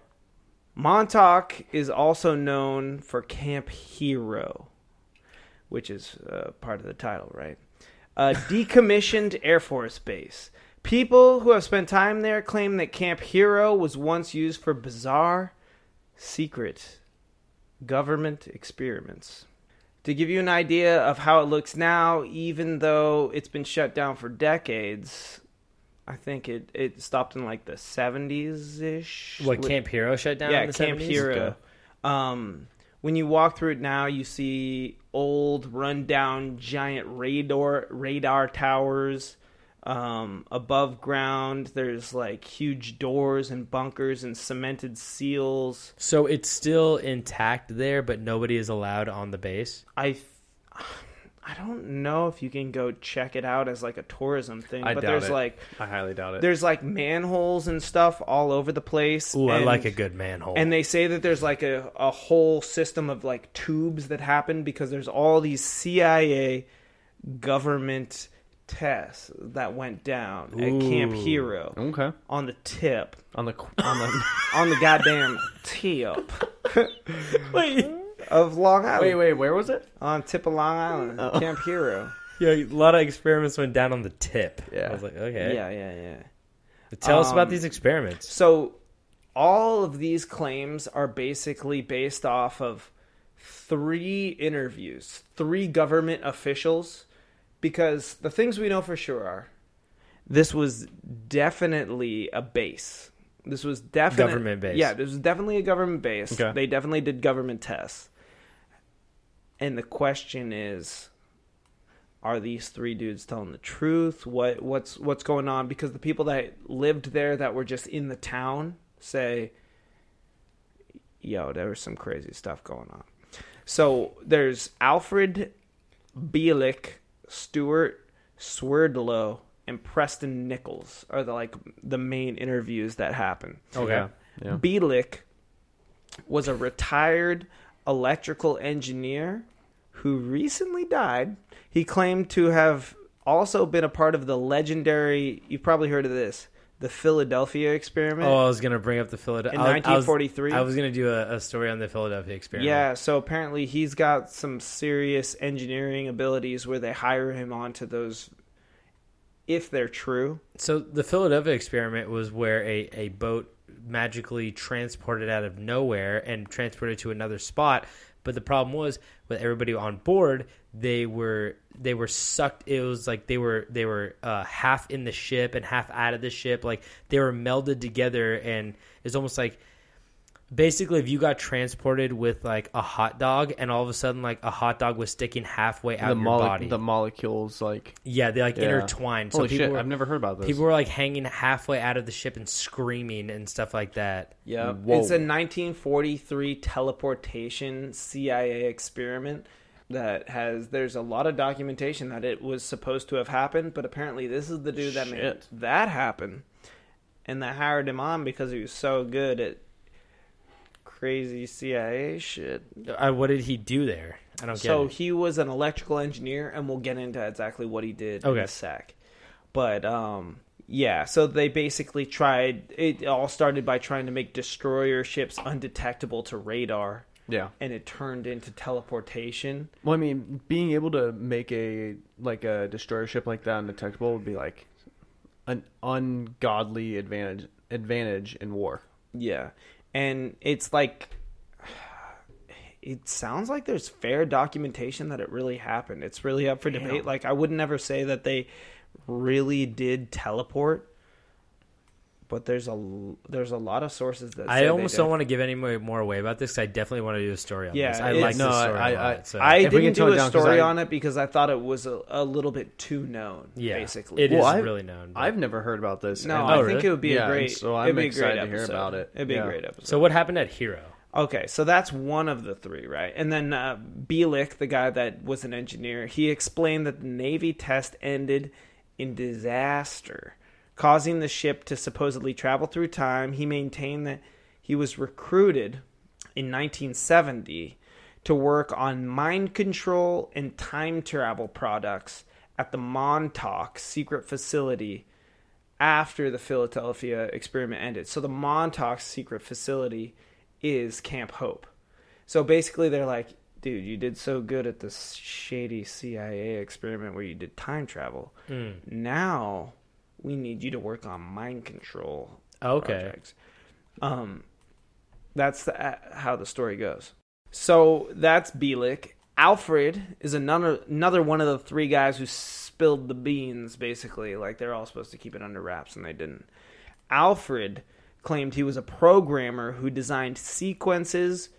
H: Montauk is also known for Camp Hero, which is uh, part of the title, right? A decommissioned Air Force Base. People who have spent time there claim that Camp Hero was once used for bizarre, secret government experiments. To give you an idea of how it looks now, even though it's been shut down for decades, I think it, it stopped in like the 70s ish.
F: What Camp Hero shut down?
H: Yeah,
F: in the
H: Camp
F: 70s?
H: Hero. Um, when you walk through it now, you see old, rundown, giant radar radar towers. Um, above ground, there's like huge doors and bunkers and cemented seals.
F: So it's still intact there, but nobody is allowed on the base.
H: I, th- I don't know if you can go check it out as like a tourism thing,
G: I
H: but
G: doubt
H: there's
G: it.
H: like
G: I highly doubt it.
H: there's like manholes and stuff all over the place.
F: Ooh, I
H: and-
F: like a good manhole.
H: And they say that there's like a, a whole system of like tubes that happen because there's all these CIA government tests that went down at Camp Hero
G: okay.
H: on the tip.
G: On the on
H: (laughs)
G: the. (laughs)
H: On the goddamn tip
F: wait,
H: of Long Island.
G: wait, wait. Where was it?
H: On tip of Long Island. Camp Hero.
F: yeah, a lot of experiments went down on the tip.
G: Yeah.
F: I was like, okay,
H: Yeah, yeah, yeah.
F: tell us about
H: Um,
F: these experiments.
H: So all of these claims are basically based off of three interviews, three government officials, because the things we know for sure are this was definitely a base. This was definitely
F: Government base.
H: Yeah, this was definitely a government base.
G: Okay.
H: They definitely did government tests. And the question is are these three dudes telling the truth? What what's what's going on? Because the people that lived there that were just in the town say, "Yo, there was some crazy stuff going on." So there's Alfred Bielik, Stuart Swerdlow, and Preston Nichols are the like the main interviews that happen.
G: Okay. Yeah.
H: Bielik was a retired electrical engineer who recently died. He claimed to have also been a part of the legendary, you've probably heard of this, the Philadelphia experiment.
F: Oh, I was gonna bring up the Philadelphia
H: In 1943?
F: I was, gonna do a, a story on the Philadelphia experiment.
H: Yeah, so apparently he's got some serious engineering abilities where they hire him onto those if they're true.
F: So the Philadelphia experiment was where a, a boat magically transported out of nowhere and transported to another spot. But the problem was with everybody on board, they were they were sucked. It was like they were they were uh, half in the ship and half out of the ship. Like they were melded together, and it's almost like basically if you got transported with like a hot dog, and all of a sudden like a hot dog was sticking halfway out
G: The,
F: of your
G: mole-
F: body.
G: the molecules like
F: yeah, they like
G: yeah.
F: intertwined. So
G: Holy
F: people
G: shit!
F: were-
G: I've never heard about this.
F: People were like hanging halfway out of the ship and screaming and stuff like that.
H: Yep.
G: Whoa.
H: It's a 1943 teleportation CIA experiment that has there's a lot of documentation that it was supposed to have happened, but apparently this is the dude that made
G: Shit.
H: that happen. And they hired him on because he was so good at crazy CIA shit.
F: Uh, what did he do there? I don't get
H: So
F: it.
H: he was an electrical engineer, and we'll get into exactly what he did in
F: Okay.
H: a sec. But um, yeah, so they basically tried. It all started by trying to make destroyer ships undetectable to radar,
G: yeah.
H: and it turned into teleportation.
G: Well, I mean, being able to make a like a destroyer ship like that undetectable would be like an ungodly advantage advantage in war.
H: Yeah. And it's like (sighs) it sounds like there's fair documentation that it really happened. It's really up for debate. Like I would never say that they really did teleport, but there's a l- there's a lot of sources that say
F: I
H: they
F: almost
H: did.
F: don't want to give any more, more away about this 'cause I definitely want to do a story on
H: Yeah,
F: this. I
H: it's-
F: like
H: No,
F: this
G: I-
F: story
G: I-
F: a lot.
G: I-
F: so.
H: I
G: If we
H: didn't
G: can tone
H: do
G: it
H: a
G: down, 'cause
H: story
G: I-
H: on it because I thought it was a, a little bit too known.
F: Yeah,
H: basically.
F: it is
G: I've-
F: really known. but-
G: I've never heard about this.
H: No,
G: and-
H: I
F: Oh,
H: think
F: really?
H: it would be
G: Yeah,
H: a
G: and
H: great.
G: so
H: it'd
G: I'm
H: be a great
G: excited to hear
H: episode.
G: about it.
H: It'd be
G: Yeah.
H: a great episode.
F: so what happened at Hero?
H: Okay, so that's one of the three, right? And then uh, Bielik, the guy that was an engineer, he explained that the Navy test ended in disaster, causing the ship to supposedly travel through time. He maintained that he was recruited in 1970 to work on mind control and time travel products at the Montauk secret facility after the Philadelphia experiment ended. So the Montauk secret facility is Camp Hope. So basically, they're like, dude, you did so good at this shady CIA experiment where you did time travel. Now we need you to work on mind control
F: Okay.
H: projects. Um, that's the, uh, how the story goes. So that's Bielik. Alfred is another another one of the three guys who spilled the beans. Basically, like they're all supposed to keep it under wraps, and they didn't. Alfred claimed he was a programmer who designed sequences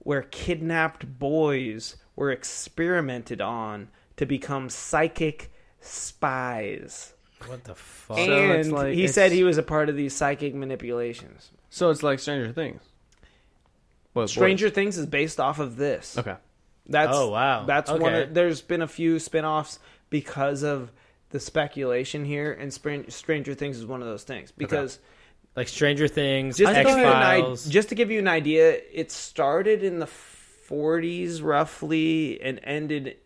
H: where kidnapped boys were experimented on to become psychic spies.
F: What the fuck?
G: So it's
H: and
G: like-
H: he
G: it's-
H: said he was a part of these psychic manipulations.
G: So it's like Stranger Things. Well, it's
H: Stranger Things is based off of this.
G: boys. Okay.
H: That's
F: Oh, wow.
H: That's one.
F: Okay.
H: Of, there's been a few spin-offs because of the speculation here, and Spr- Stranger Things is one of those things because
F: like Stranger Things,
H: just to,
F: X
H: give you an, i-
F: Files.
H: just to give you an idea, it started in the 40s roughly and ended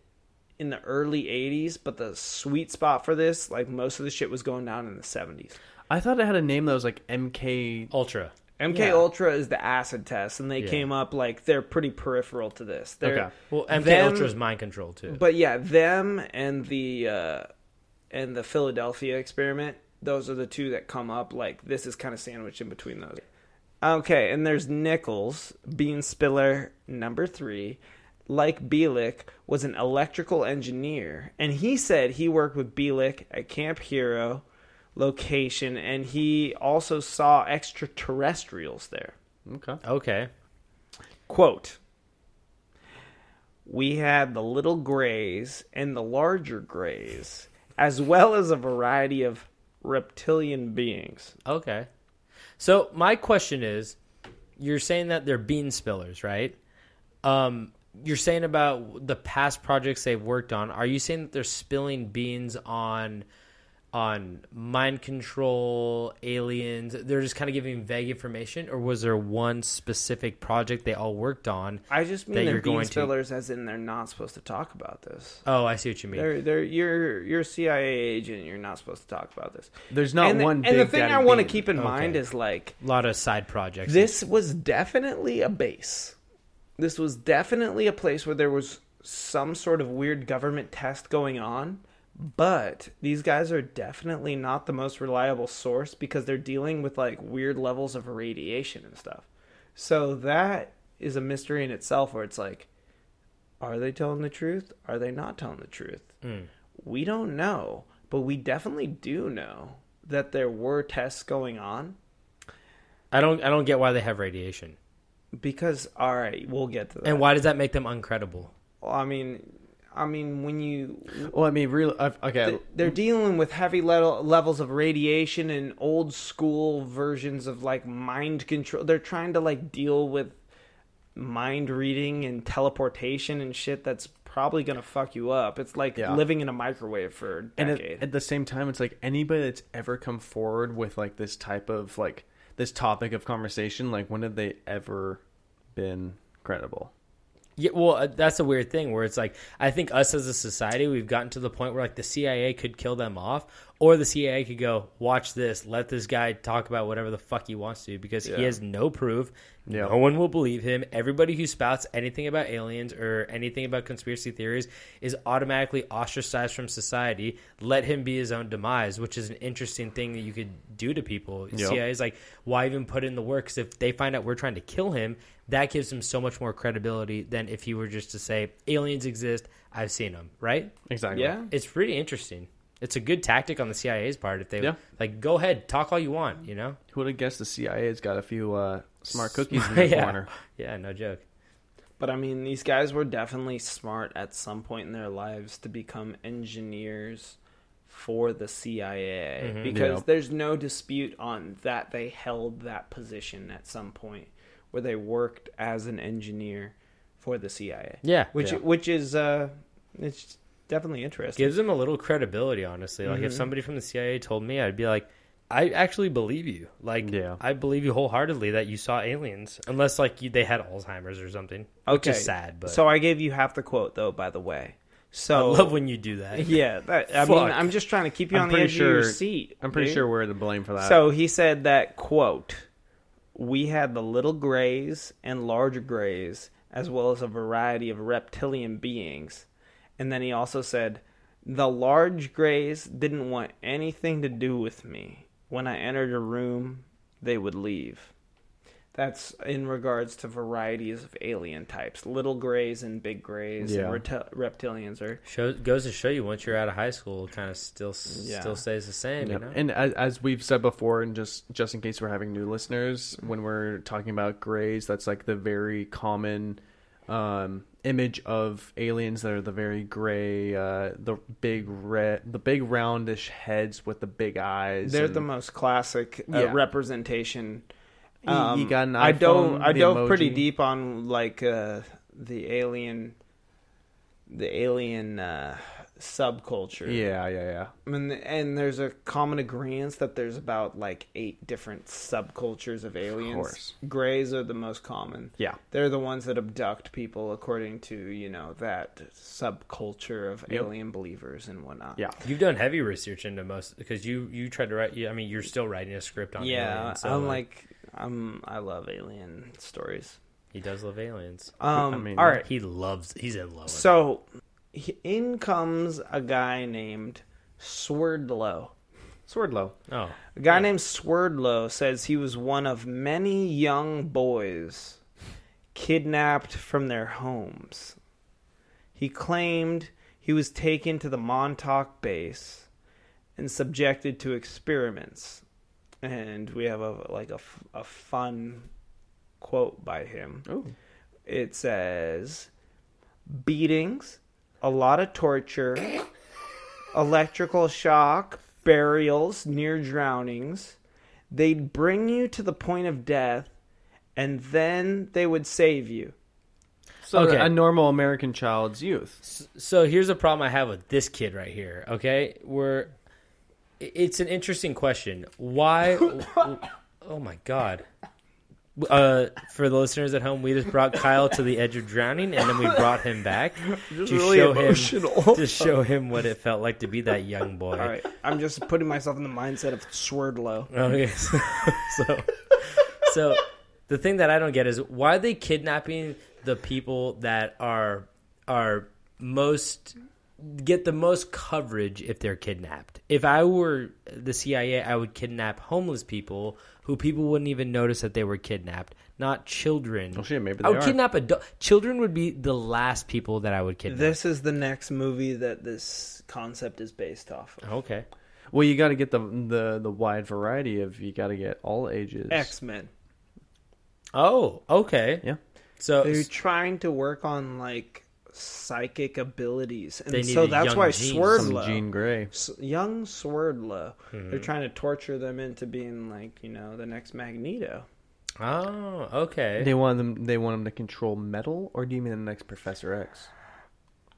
H: in the early 80s, but the sweet spot for this, like most of the shit was going down in the 70s.
G: I thought it had a name that was like MK.
F: Ultra.
H: MK
F: Yeah.
H: Ultra is the acid test, and they came up like they're pretty peripheral to this. They're,
G: Okay.
F: Well, MK
H: them-
F: Ultra is mind control too.
H: But yeah, them and the uh, and the Philadelphia experiment, those are the two that come up. Like this is kind of sandwiched in between those. Okay, and there's Nichols, Bean Spiller number three. Like Bielik was an electrical engineer, and he said he worked with Bielik at Camp Hero location, and he also saw extraterrestrials there
G: Okay.
F: okay.
H: quote we had the little grays and the larger grays as well as a variety of reptilian beings
F: Okay. So my question is, you're saying that they're bean spillers, right? Um, you're saying about the past projects they've worked on. Are you saying that they're spilling beans on on mind control, aliens? They're just kind of giving vague information, or was there one specific project they all worked on?
H: i just
F: that
H: mean they're
F: you're
H: bean
F: going to-
H: spillers as in they're not supposed to talk about this
F: Oh, I see what you mean.
H: they're, they're, you're you're a CIA agent. You're not supposed to talk about this.
G: There's not
H: and the,
G: one
H: And the
G: big
H: thing
G: daddy
H: I want to
G: bean.
H: keep in mind
F: Okay.
H: is like
F: a lot of side projects.
H: this was definitely a base. This was definitely a place where there was some sort of weird government test going on, but these guys are definitely not the most reliable source because they're dealing with like weird levels of radiation and stuff. So that is a mystery in itself where it's like are they telling the truth? Are they not telling the truth? We don't know, but we definitely do know that there were tests going on
F: I don't. I don't get why they have radiation,
H: because all right, we'll get to that.
F: and why does that make them uncredible?
H: Well, I mean, I mean, when you
G: Well, I mean, real. I've, okay.
H: they're dealing with heavy le- levels of radiation and old school versions of like mind control. They're trying to like deal with mind reading and teleportation and shit. That's probably gonna fuck you up. It's like
G: Yeah.
H: living in a microwave for a
G: and at,
H: decade.
G: at the same time it's like anybody that's ever come forward with like this type of like this topic of conversation like when have they ever been credible
F: Yeah, well, uh, that's a weird thing where it's like I think us as a society we've gotten to the point where like the CIA could kill them off, or the CIA could go watch this, let this guy talk about whatever the fuck he wants to because he has no proof, no one will believe him. Everybody who spouts anything about aliens or anything about conspiracy theories is automatically ostracized from society. Let him be his own demise, which is an interesting thing that you could do to people. CIA is like, why even put in the work? 'Cause if they find out we're trying to kill him, that gives him so much more credibility than if he were just to say aliens exist i've seen them right
G: Exactly.
H: Yeah.
F: it's pretty interesting it's a good tactic on the cia's part if they
G: Yeah.
F: like go ahead talk all you want you know
G: Who would have guessed the CIA's got a few uh, smart
F: (laughs)
G: cookies (laughs) in their
F: yeah.
G: corner?
F: yeah no joke
H: But I mean, these guys were definitely smart at some point in their lives to become engineers for the CIA
F: Mm-hmm.
H: because
G: Yeah.
H: there's no dispute on that they held that position at some point where they worked as an engineer for the CIA.
F: Yeah.
H: which
F: Yeah.
H: which is uh, it's definitely interesting.
F: gives him a little credibility honestly like
G: Mm-hmm.
F: if somebody from the cia told me i'd be like i actually believe you like
G: Yeah.
F: i believe you wholeheartedly that you saw aliens unless like you, they had alzheimer's or something which is sad but
H: so I gave you half the quote though. By the way, so
F: i love when you do that
H: yeah. That, I mean,
F: Fuck.
H: I'm just trying to keep you
G: I'm
H: on the
G: pretty
H: edge of
G: sure-
H: your seat.
G: I'm pretty
H: dude.
G: sure we're to blame for that.
H: So he said that quote, "We had the little grays and larger grays, as well as a variety of reptilian beings." And then he also said, "The large grays didn't want anything to do with me. When I entered a room, they would leave." That's in regards to varieties of alien types. Little grays and big grays
G: Yeah.
H: and reptil- reptilians are
F: Show, goes to show you once you're out of high school, it kind of still
H: Yeah.
F: still stays the same.
G: Yep.
F: You know?
G: And as, as we've said before, and just just in case we're having new listeners,
H: Mm-hmm.
G: when we're talking about grays, that's like the very common um, image of aliens that are the very gray, uh, the big red, the big roundish heads with the big eyes.
H: They're
G: and-
H: the most classic uh,
G: Yeah.
H: representation.
G: You- you got an
H: Um, I dove,
G: iPhone,
H: I
G: the
H: dove pretty
G: emoji.
H: deep on like uh, the alien, the alien uh, subculture.
G: Yeah, yeah, yeah.
H: I mean, and there's a common agreement that there's about like eight different subcultures of aliens.
G: course.
H: Greys are the most common.
G: Yeah.
H: they're the ones that abduct people according to you know that subculture of alien believers and whatnot.
G: Yeah.
F: You've done heavy research into most because you you tried to write. You, I mean, you're still writing a script on.
H: yeah.
F: aliens, so
G: uh,
H: I'm like, I'm I love alien stories.
F: he does love aliens.
H: Um,
G: I mean,
H: all right.
F: He loves. He's in love. with them.
H: So he- in comes a guy named Swerdlow.
G: Swordlow.
F: oh,
H: A guy named Swerdlow says he was one of many young boys kidnapped from their homes. He claimed he was taken to the Montauk base and subjected to experiments. And we have a like a, f- a fun quote by him. It says beatings, a lot of torture, electrical shock, burials, near drownings. They'd bring you to the point of death and then they would save you.
G: So
F: Okay.
G: a normal American child's youth.
F: so here's a problem I have with this kid right here. Okay, where it's an interesting question.
H: (laughs)
F: Why? oh my god. Uh, for the listeners at home, we just brought Kyle to the edge of drowning, and then we brought
H: (laughs)
F: him back to
H: really
F: show him
H: emotional.
F: (laughs) to show him what it felt like to be that young boy.
H: All right, I'm just putting myself in the mindset of Swerdlow.
F: Okay. So, Oh, (laughs) so, so the thing that I don't get is why are they kidnapping the people that are are most get the most coverage if they're kidnapped. If I were the CIA, I would kidnap homeless people who people wouldn't even notice that they were kidnapped, not children. Oh
G: shit, maybe
F: I
G: they
F: would
G: are.
F: kidnap adult children would be the last people that I would kidnap.
H: This is the next movie that this concept is based off of.
F: okay.
G: Well, you got to get the the the wide variety of. You got to get all ages.
H: X Men.
F: Oh, okay.
G: Yeah.
F: So
H: They're trying to work on like psychic abilities, and
F: They
H: so
F: needed
H: that's
F: young
H: why
F: genes.
G: Some
H: Swerdlow,
G: Jean Grey.
H: S- young Swerdlow,
F: Mm-hmm.
H: they're trying to torture them into being like you know the next Magneto.
F: Oh, okay.
G: They want them. They want them to control metal, or do you mean the next Professor X?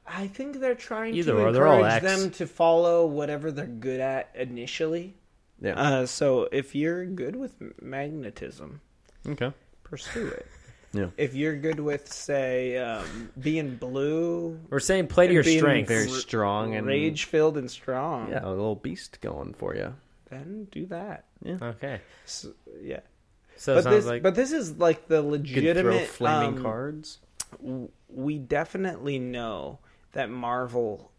H: I think they're trying
F: Either
H: to
F: or, they're all
H: encourage
F: X.
H: them to follow whatever they're good at initially.
G: Yeah.
H: Uh, so if you're good with magnetism,
G: okay.
H: pursue it.
G: (laughs) Yeah.
H: If you're good with, say, um, being blue,
F: We're saying play to
H: and
F: your
H: being
F: strengths.
G: Very strong and-
H: rage filled and strong,
G: Yeah, a little beast going for you.
H: then do that.
F: Okay.
H: So, yeah.
F: So it
H: but
F: sounds
H: this,
F: like
H: but this is like the
G: You could throw
H: legitimate.
G: flaming
H: um,
G: cards.
H: w- we definitely know that Marvel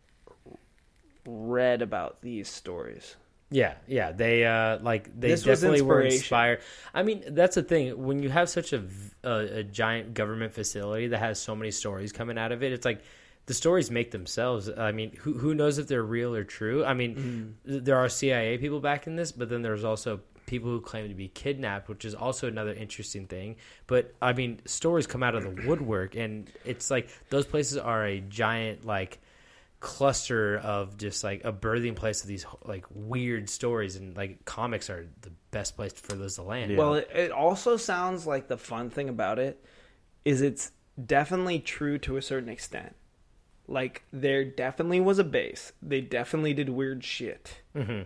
H: read about these stories.
F: Yeah, yeah, they uh like they
H: This was
F: definitely were
H: inspiration.
F: inspired. I mean, that's the thing when you have such a, v- a a giant government facility that has so many stories coming out of it. It's like the stories make themselves. I mean, who who knows if they're real or true? I mean,
H: Mm-hmm.
F: th- there are CIA people back in this, but then there's also people who claim to be kidnapped, which is also another interesting thing. But I mean, stories come out of the woodwork, and it's like those places are a giant like cluster of just like a birthing place of these like weird stories and like comics are the best place for those to land.
H: Well, it, it also sounds like the fun thing about it is it's definitely true to a certain extent. Like there definitely was a base. They definitely did weird shit. Mm-hmm.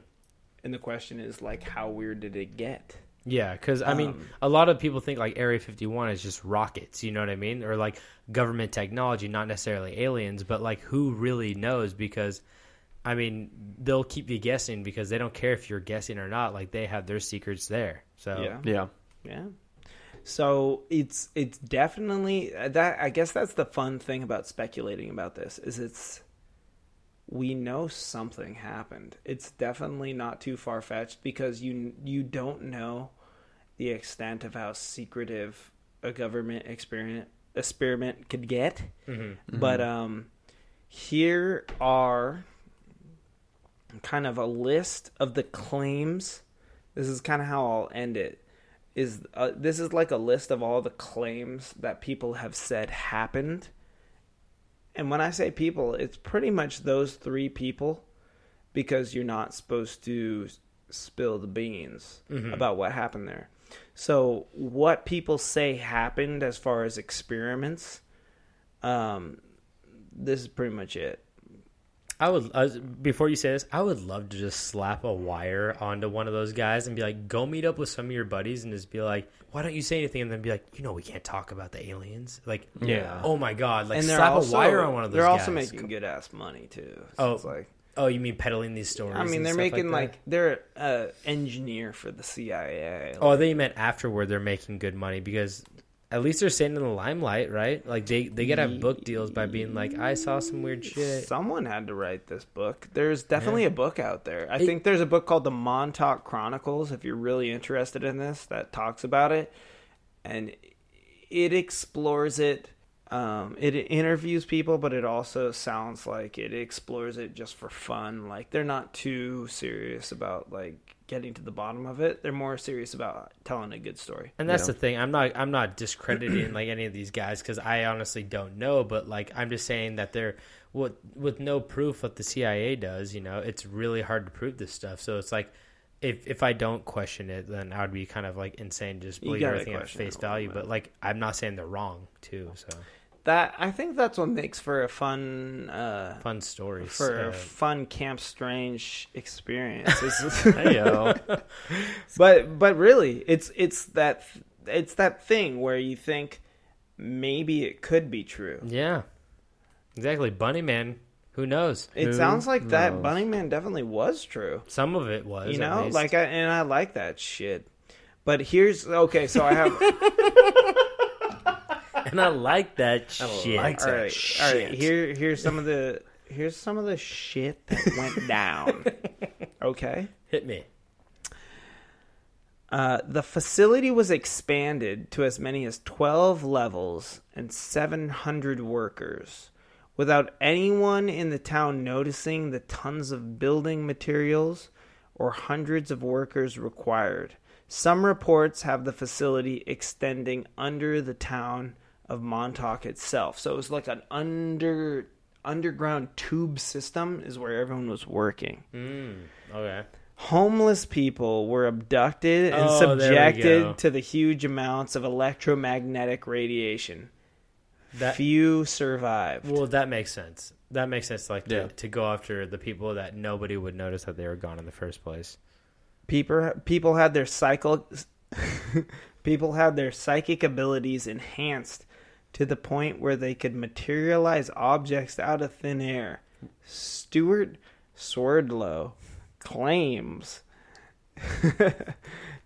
H: And the question is like, how weird did it get?
F: yeah, because I mean, a lot of people think like Area 51 is just rockets, you know what I mean? Or like government technology, not necessarily aliens, but like who really knows? Because I mean, they'll keep you guessing because they don't care if you're guessing or not. Like they have their secrets there. So,
G: Yeah.
H: Yeah. So it's it's definitely that I guess that's the fun thing about speculating about this is it's we know something happened. It's definitely not too far fetched because you you don't know the extent of how secretive a government experiment experiment could get. But um here are kind of a list of the claims. This is kind of how I'll end it. Is uh, this is like a list of all the claims that people have said happened. And when I say people, it's pretty much those three people because you're not supposed to s- spill the beans about what happened there. So, what people say happened as far as experiments, um, this is pretty much it.
F: I would uh, before you say this, I would love to just slap a wire onto one of those guys and be like, "Go meet up with some of your buddies," and just be like, "Why don't you say anything?" And then be like, "You know, we can't talk about the aliens." Like,
G: Yeah.
F: oh my god, like slap a wire on one of those.
H: They're
F: guys.
H: also making good ass money too. So
F: Oh,
H: it's like
F: oh, you mean peddling these stories?
H: I mean,
F: and
H: they're
F: stuff
H: making
F: that?
H: like, they're uh, engineer for the CIA.
F: Oh, they meant afterward they're making good money because at least they're staying in the limelight, right? Like they they gotta have book deals by being like, "I saw some weird shit."
H: Someone had to write this book. There's definitely a book out there. I think there's a book called The Montauk Chronicles, if you're really interested in this, that talks about it. And it explores it. Um, it interviews people, but it also sounds like it explores it just for fun. Like they're not too serious about like getting to the bottom of it. They're more serious about telling a good story.
F: And that's the thing. I'm not I'm not discrediting like any of these guys because I honestly don't know. But like I'm just saying that they're with with no proof what the CIA does. You know, it's really hard to prove this stuff. So it's like if if I don't question it, then I would be kind of like insane to just
H: You
F: believe
H: gotta
F: everything at
H: question
F: face
H: it a little
F: value.
H: bit.
F: But like I'm not saying they're wrong too. So
H: That I think that's what makes for a fun uh,
F: fun stories.
H: for a
F: uh, (laughs)
H: fun camp strange experience. It's-
G: Hey-o.
H: (laughs) but but really, it's it's that it's that thing where you think maybe it could be true.
F: yeah, exactly. Bunny man, who knows?
H: It sounds like that Bunnyman definitely was true.
F: Some of it was
H: you
F: at
H: know,
F: least.
H: like I and I like that shit. But here's okay, so I
F: (laughs)
H: have
F: (laughs) and I like
H: (laughs)
F: that shit.
H: all right, all right. Here, here's some of the here's some of the shit that went
F: (laughs)
H: down. Okay,
F: Hit me.
H: Uh, the facility was expanded to as many as 12 levels and 700 workers without anyone in the town noticing the tons of building materials or hundreds of workers required. Some reports have the facility extending under the town of Montauk itself. So it was like an under underground tube system is where everyone was working
F: Okay.
H: homeless people were abducted and
F: Oh, there we go.
H: subjected to the huge amounts of electromagnetic radiation.
F: That
H: Few survived.
F: Well, that makes sense. That makes sense. Like to,
G: Yeah.
F: to go after the people that nobody would notice that they were gone in the first place.
H: People people had their cycle (laughs) People had their psychic abilities enhanced to the point where they could materialize objects out of thin air. Stuart Swerdlow claims (laughs)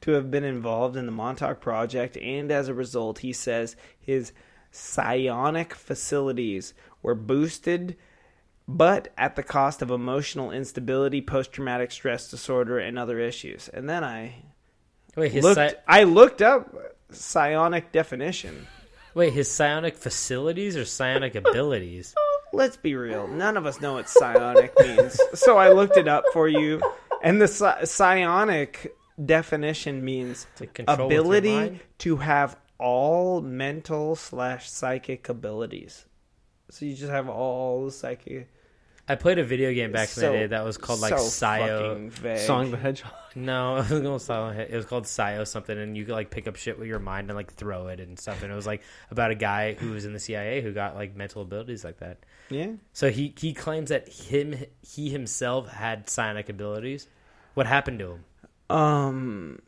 H: to have been involved in the Montauk Project, and as a result, he says his psionic facilities were boosted, but at the cost of emotional instability, post traumatic stress disorder, and other issues. And then I
F: Wait, his
H: looked,
F: psi-
H: I looked up psionic definition.
F: wait, his psionic facilities or psionic abilities?
H: Let's be real. None of us know what psionic (laughs) means. So I looked it up for you. And the psi- psionic definition means
F: To control with your
H: ability
F: mind?
H: to have all mental slash psychic abilities. So you just have all the psychic.
F: I played a video game back in
H: So-
F: the day that was called like
H: so
F: Sio.
H: fucking vague.
G: Song the Hedgehog.
F: No, (laughs) it was called Sio. It was called Sio something, and you could like pick up shit with your mind and like throw it and stuff. And it was like about a guy who was in the CIA who got like mental abilities like that.
H: Yeah.
F: So he he claims that him he himself had psionic abilities. What happened to him?
H: Um.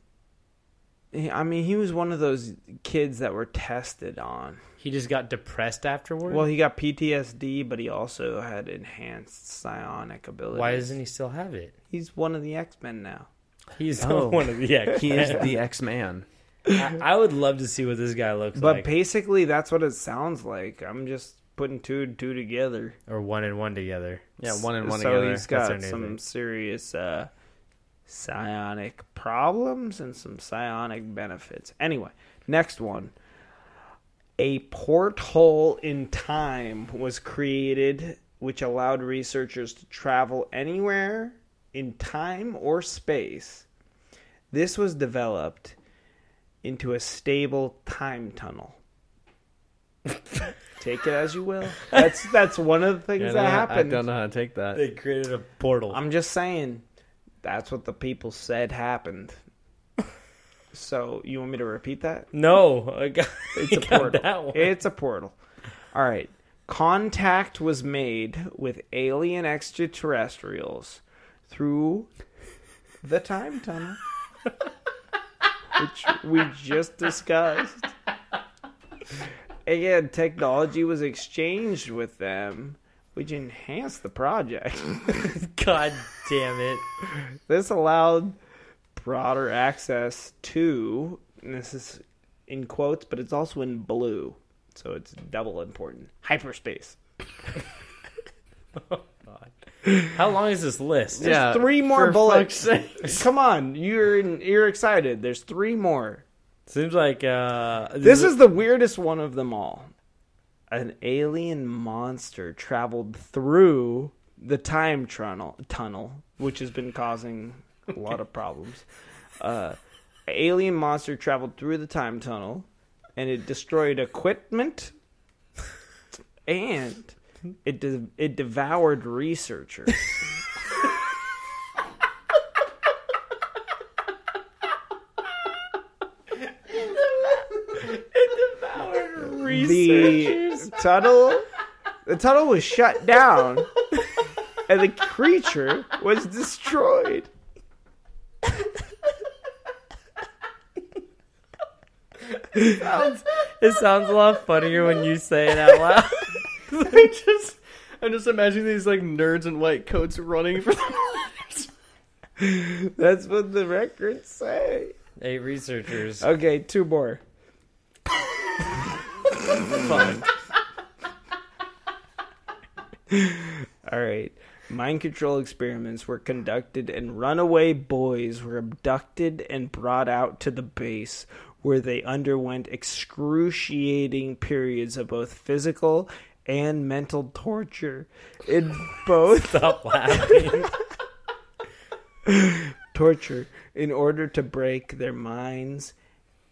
H: I mean, he was one of those kids that were tested on.
F: He just got depressed afterward.
H: Well, he got PTSD, but he also had enhanced psionic abilities.
F: Why doesn't he still have it?
H: He's one of the X Men now.
F: He's
G: Oh.
F: (laughs) one of the
G: (laughs)
F: yeah.
G: (laughs) He is the X Man.
F: I, I would love to see what this guy looks
H: But
F: like,
H: basically, that's what it sounds like. I'm just putting two and two together.
F: or one and one together.
G: Yeah, one and one
H: so
G: together.
H: he's
F: That's our
H: got
F: new
H: some
F: thing.
H: serious uh, psionic problems and some psionic benefits. Anyway, next one. A porthole in time was created, which allowed researchers to travel anywhere in time or space. This was developed into a stable time
G: (laughs)
H: tunnel. Take it as you will. That's that's one of the things that
G: I
H: happened.
G: don't know how to take that.
F: They created a portal.
H: I'm just saying, that's what the people said happened. So you want me to repeat
F: (laughs)
H: that?
F: no, I got,
H: It's a
F: got
H: portal.
F: that one.
H: It's a portal. All right. Contact was made with alien extraterrestrials through the time tunnel, which we just discussed. Again, technology was exchanged with them, which enhanced the project. (laughs)
F: God damn it!
H: This allowed broader access to, and this is in quotes, but it's also in blue, so it's double important. Hyperspace.
F: How long is this list?
G: Yeah,
H: Three more
G: Uh, for
H: bullets.
G: fuck's sake.
H: Come on, you're in, you're excited. There's three more.
F: Seems like uh,
H: This is the weirdest one of them all. An alien monster traveled through the time tunnel, tunnel which has been causing a lot of problems. Uh, alien monster traveled through the time tunnel, and it destroyed equipment, and it de- it devoured researchers. the tunnel the tunnel was shut down and the creature was destroyed
F: It sounds a lot funnier when you say it out loud.
G: (laughs) I just, I'm just imagining these like nerds in white coats running for the
H: that's what the records say
F: Eight
G: (laughs)
F: researchers.
H: okay two more all right mind control experiments were conducted and runaway boys were abducted and brought out to the base where they underwent excruciating periods of both physical and mental torture in both
F: Stop
G: (laughs)
F: laughing.
H: torture in order to break their minds.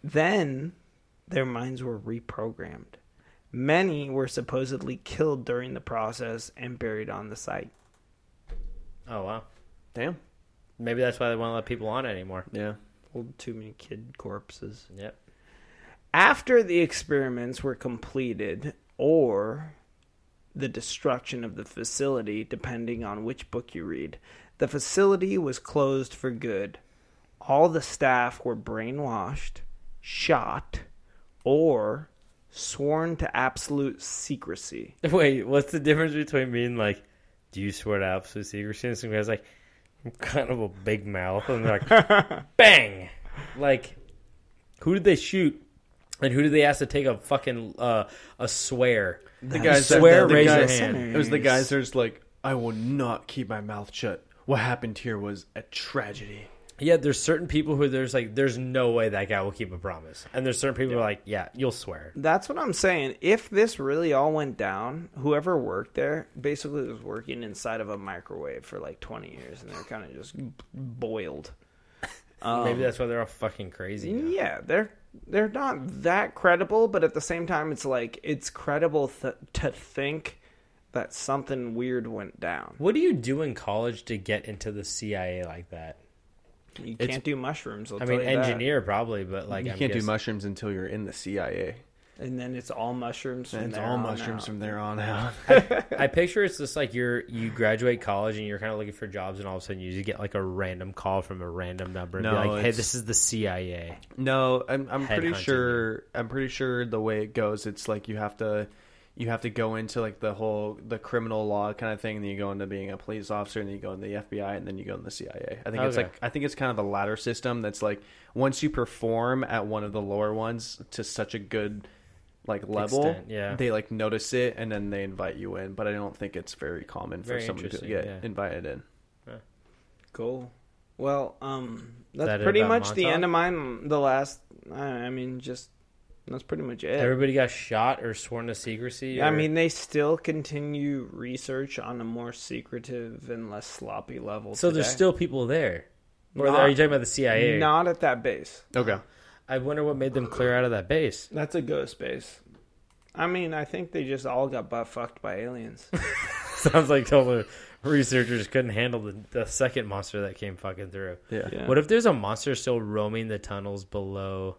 H: Then their minds were reprogrammed. Many were supposedly killed during the process and buried on the site.
F: Oh wow.
G: Damn.
F: Maybe that's why they won't let people on anymore.
G: Yeah.
H: Old too many kid corpses.
F: Yep.
H: After the experiments were completed, or the destruction of the facility, depending on which book you read, the facility was closed for good. all the staff were brainwashed, shot, or sworn to absolute secrecy.
F: (laughs) Wait, what's the difference between being like, do you swear to absolute secrecy? And some guy's like, I'm kind of a big mouth. And they're
H: (laughs)
F: like, bang! Like, who did they shoot? And who did they ask to take a fucking uh, a swear?
G: The guys
F: swear,
G: the
F: raise your
G: guys-
F: hand.
G: It was the guys that's like, I will not keep my mouth shut. What happened here was a tragedy.
F: Yeah, there's certain people who there's like, there's no way that guy will keep a promise. And there's certain people who are like, yeah, you'll swear.
H: That's what I'm saying. If this really all went down, whoever worked there basically was working inside of a microwave for like 20 years and they're kind of just boiled.
F: Maybe that's why they're all fucking crazy. now.
H: Um, Yeah, they're they're not that credible, but at the same time it's like it's credible th- to think that something weird went down.
F: What do you do in college to get into the CIA like that?
H: You can't do mushrooms. I'll
F: I
H: tell
F: mean,
H: you that.
F: engineer probably, but like,
G: You
F: I'm
G: can't do
F: guessing-
G: mushrooms until you're in the CIA.
H: And then it's all mushrooms. From
G: It's
H: there
G: all
H: on
G: mushrooms
H: out.
G: from there on out.
F: I picture it's just like you're you graduate college and you're kind of looking for jobs, and all of a sudden you just get like a random call from a random number and
G: No,
F: be like, "Hey,
G: it's-
F: this is the CIA."
G: (laughs) No, I'm I'm pretty
F: Headhunting.
G: sure I'm pretty sure the way it goes, it's like you have to you have to go into like the whole the criminal law kind of thing, and then you go into being a police officer, and then you go into the FBI, and then you go into the CIA. I think it's
F: Okay.
G: like I think it's kind of a ladder system that's like once you perform at one of the lower ones to such a good like level,
F: Extent, yeah.
G: they like notice it and then they invite you in. But I don't think it's very common for
F: Very
G: someone to
F: interesting,
G: get
F: yeah.
G: invited in.
H: Cool. Well, um, that's
F: That it
H: pretty
F: about
H: much the
F: Montauk?
H: end of mine. The last, I, I mean, just that's pretty much it.
F: Everybody got shot or sworn to secrecy.
H: I
F: or-
H: mean, they still continue research on a more secretive and less sloppy level.
F: so there's
H: today.
F: still people there. Or
H: Not-
F: are you talking about the CIA?
H: not at that base.
G: Okay.
F: I wonder what made them clear out of that base. (laughs)
H: That's a ghost base. I mean, I think they just all got butt fucked by aliens. (laughs)
F: Sounds like all the researchers couldn't handle the, the second monster that came fucking through.
G: Yeah.
H: Yeah.
F: What if there's a monster still roaming the tunnels below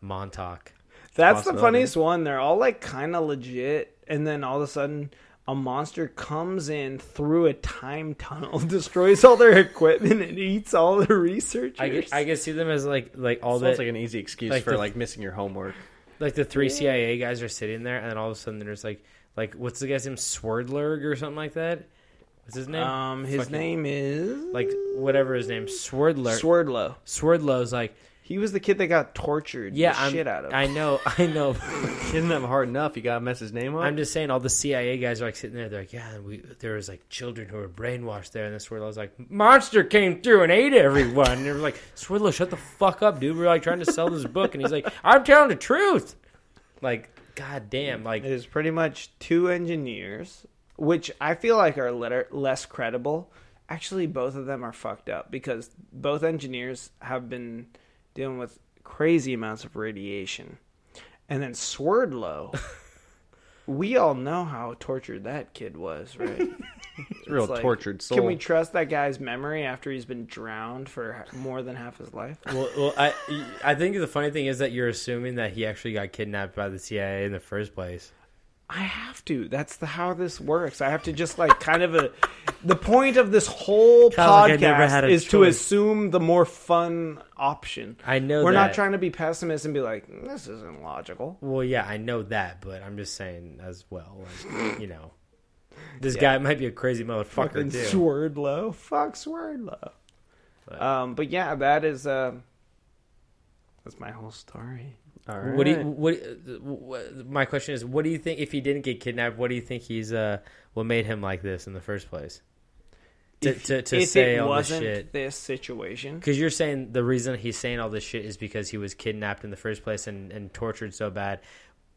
F: Montauk?
H: That's the
G: possibility.
H: funniest one. They're all like kind of legit, and then all of a sudden, a monster comes in through a time tunnel, (laughs) destroys all their equipment, and eats all the researchers.
F: I, I can see them as like like all
G: Sounds
F: the
G: like an easy excuse
F: like
G: for
F: the-
G: like missing your homework.
F: like the three CIA guys are sitting there, and then all of a sudden there's like like what's the guy's name Swerdlerg or something like that. What's his name?
H: um, his
F: Fucking-
H: name is
F: like whatever his name Swerdler
H: Swerdlow.
F: Swerdlow's like
H: He was the kid that got tortured.
F: yeah
H: the
F: I'm,
H: shit out of.
F: I know
H: (laughs)
F: I know.
G: Isn't that hard enough? You gotta mess his name up.
F: I'm just saying all the CIA guys are like sitting there. They're like yeah, we, there was like children who were brainwashed there, and then Swerdlow's like monster came through and ate everyone. And they're like Swerdlow, shut the fuck up, dude. We're like trying to sell this book, and he's like I'm telling the truth. Like god damn, like
H: It is pretty much two engineers, which I feel like are letter- less credible. Actually, both of them are fucked up because both engineers have been dealing with crazy amounts of radiation. And then Swerdlow,
G: (laughs)
H: we all know how tortured that kid was,
G: (laughs)
H: right?
G: real
H: It's like,
G: tortured soul.
H: Can we trust that guy's memory after he's been drowned for h- more than half his life?
F: Well, well, I I think the funny thing is that you're assuming that he actually got kidnapped by the CIA in the first place.
H: I have to. That's the how this works. I have to just like kind of a. The point of this whole
F: Sounds like I never had
H: podcast
F: a
H: is to
F: choice.
H: assume the more fun option.
F: I know
H: we're
F: that.
H: not trying to be pessimists and be like this isn't logical.
F: Well, yeah, I know that, but I'm just saying as well, like, you know, this guy might be a crazy motherfucker
H: Fucking
F: too.
H: Swordlow, fuck Swordlow. Um, but yeah, that is uh, that's my whole story.
G: All
F: What do you,
G: right.
F: what, what? My question is, what do you think if he didn't get kidnapped? What do you think he's uh? What made him like this in the first place? To to, to
H: if
F: say
H: it
F: all this
H: wasn't
F: shit.
H: this situation,
F: Because you're saying the reason he's saying all this shit is because he was kidnapped in the first place and, and tortured so bad.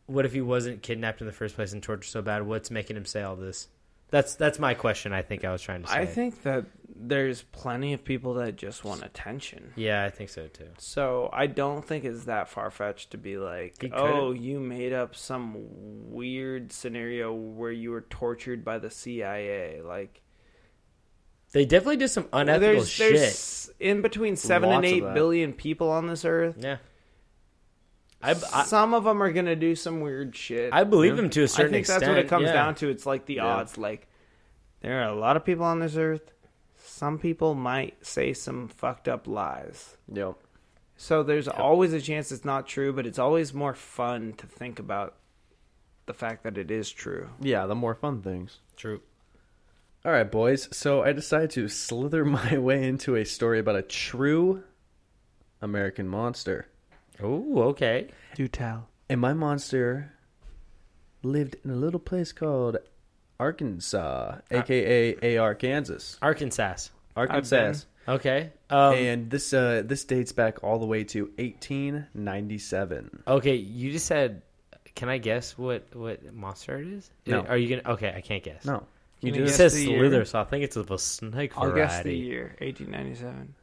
F: What if he wasn't kidnapped in the first place and tortured so bad? What's making him say all this? That's that's my question. I think I was trying to say.
H: I think that there's plenty of people that just want attention.
F: Yeah, I think so too.
H: So I don't think it's that far fetched to be like,
F: He could've-
H: oh, you made up some weird scenario where you were tortured by the CIA. Like
F: They definitely did some unethical
H: there's
F: shit.
H: there's in between seven and
G: Lots of
H: eight
G: that.
H: billion people on this earth.
F: Yeah, I I,
H: Some of them are gonna do some weird shit.
F: I believe him to a
H: I
F: certain
H: think
F: extent.
H: that's what it comes
F: yeah.
H: down to. It's like the odds. Like there are a lot of people on this earth. some people might say some fucked up lies.
G: Yep.
H: So there's always a chance it's not true, but it's always more fun to think about the fact that it is true.
G: Yeah, the more fun things.
F: True.
G: All right, boys. So I decided to slither (laughs) my way into a story about a true American monster.
F: Oh, okay.
H: Do tell.
G: And my monster lived in a little place called Arkansas, aka AR Kansas.
F: Arkansas.
G: Arkansas.
F: Okay. Um,
G: And this uh, this dates back all the way to 1897.
F: okay, you just said. Can I guess what what monster it is?
G: No.
F: Are you gonna? Okay, I can't guess.
G: No, you
H: Can I
G: do
H: guess
F: It says
H: the year.
F: slither, so I think it's of a snake
H: I'll
F: variety.
H: guess the year, 1897.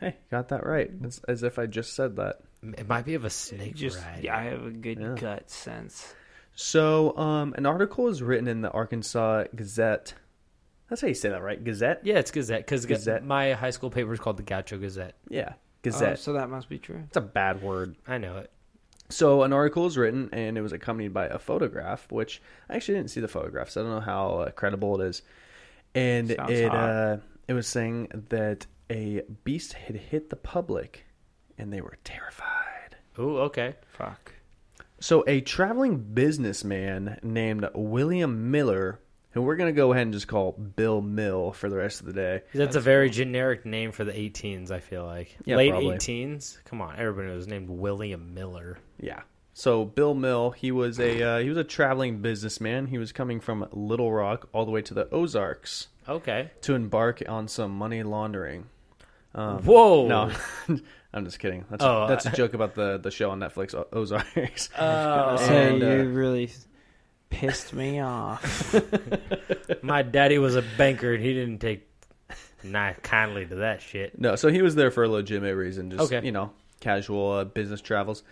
G: Hey, got that right. It's as if I just said that.
F: It might be of a snake
H: Just
F: variety.
H: yeah, I have a good gut sense.
G: So, um, an article is written in the Arkansas Gazette. That's how you say that, right? Gazette.
F: Yeah, it's Gazette because
G: Gazette.
F: my high school paper is called the Gaucho Gazette.
G: Yeah,
H: Oh,
G: Gazette.
H: so that must be true.
G: That's a bad word.
F: I know it.
G: So an article was written, and it was accompanied by a photograph, which I actually didn't see the photograph, so I don't know how uh, credible it is. And
H: Sounds
G: it
H: hot.
G: uh, it was saying that a beast had hit the public, and they were terrified.
F: Ooh, okay.
H: Fuck.
G: So a traveling businessman named William Miller, who we're gonna go ahead and just call Bill Mill for the rest of the day.
F: That's a very generic name for the 18s. I feel like
G: Yeah,
F: late
G: probably.
F: 18s. Come on, everybody was named William Miller.
G: Yeah. So Bill Mill, he was a uh, he was a traveling businessman. He was coming from Little Rock all the way to the Ozarks.
F: Okay.
G: to embark on some money laundering.
F: Whoa.
G: No, (laughs) I'm just kidding. That's,
F: Oh,
G: that's a
F: I-
G: joke about the, the show on Netflix, O- Ozarks.
F: (laughs) Oh,
H: So
G: And, uh,
H: you really pissed (laughs) me off.
F: (laughs) my daddy was a banker and he didn't take not kindly to that
G: (laughs)
F: shit.
G: (laughs) no, so he was there for a legitimate reason, just
F: Okay.
G: you know, casual uh, business travels.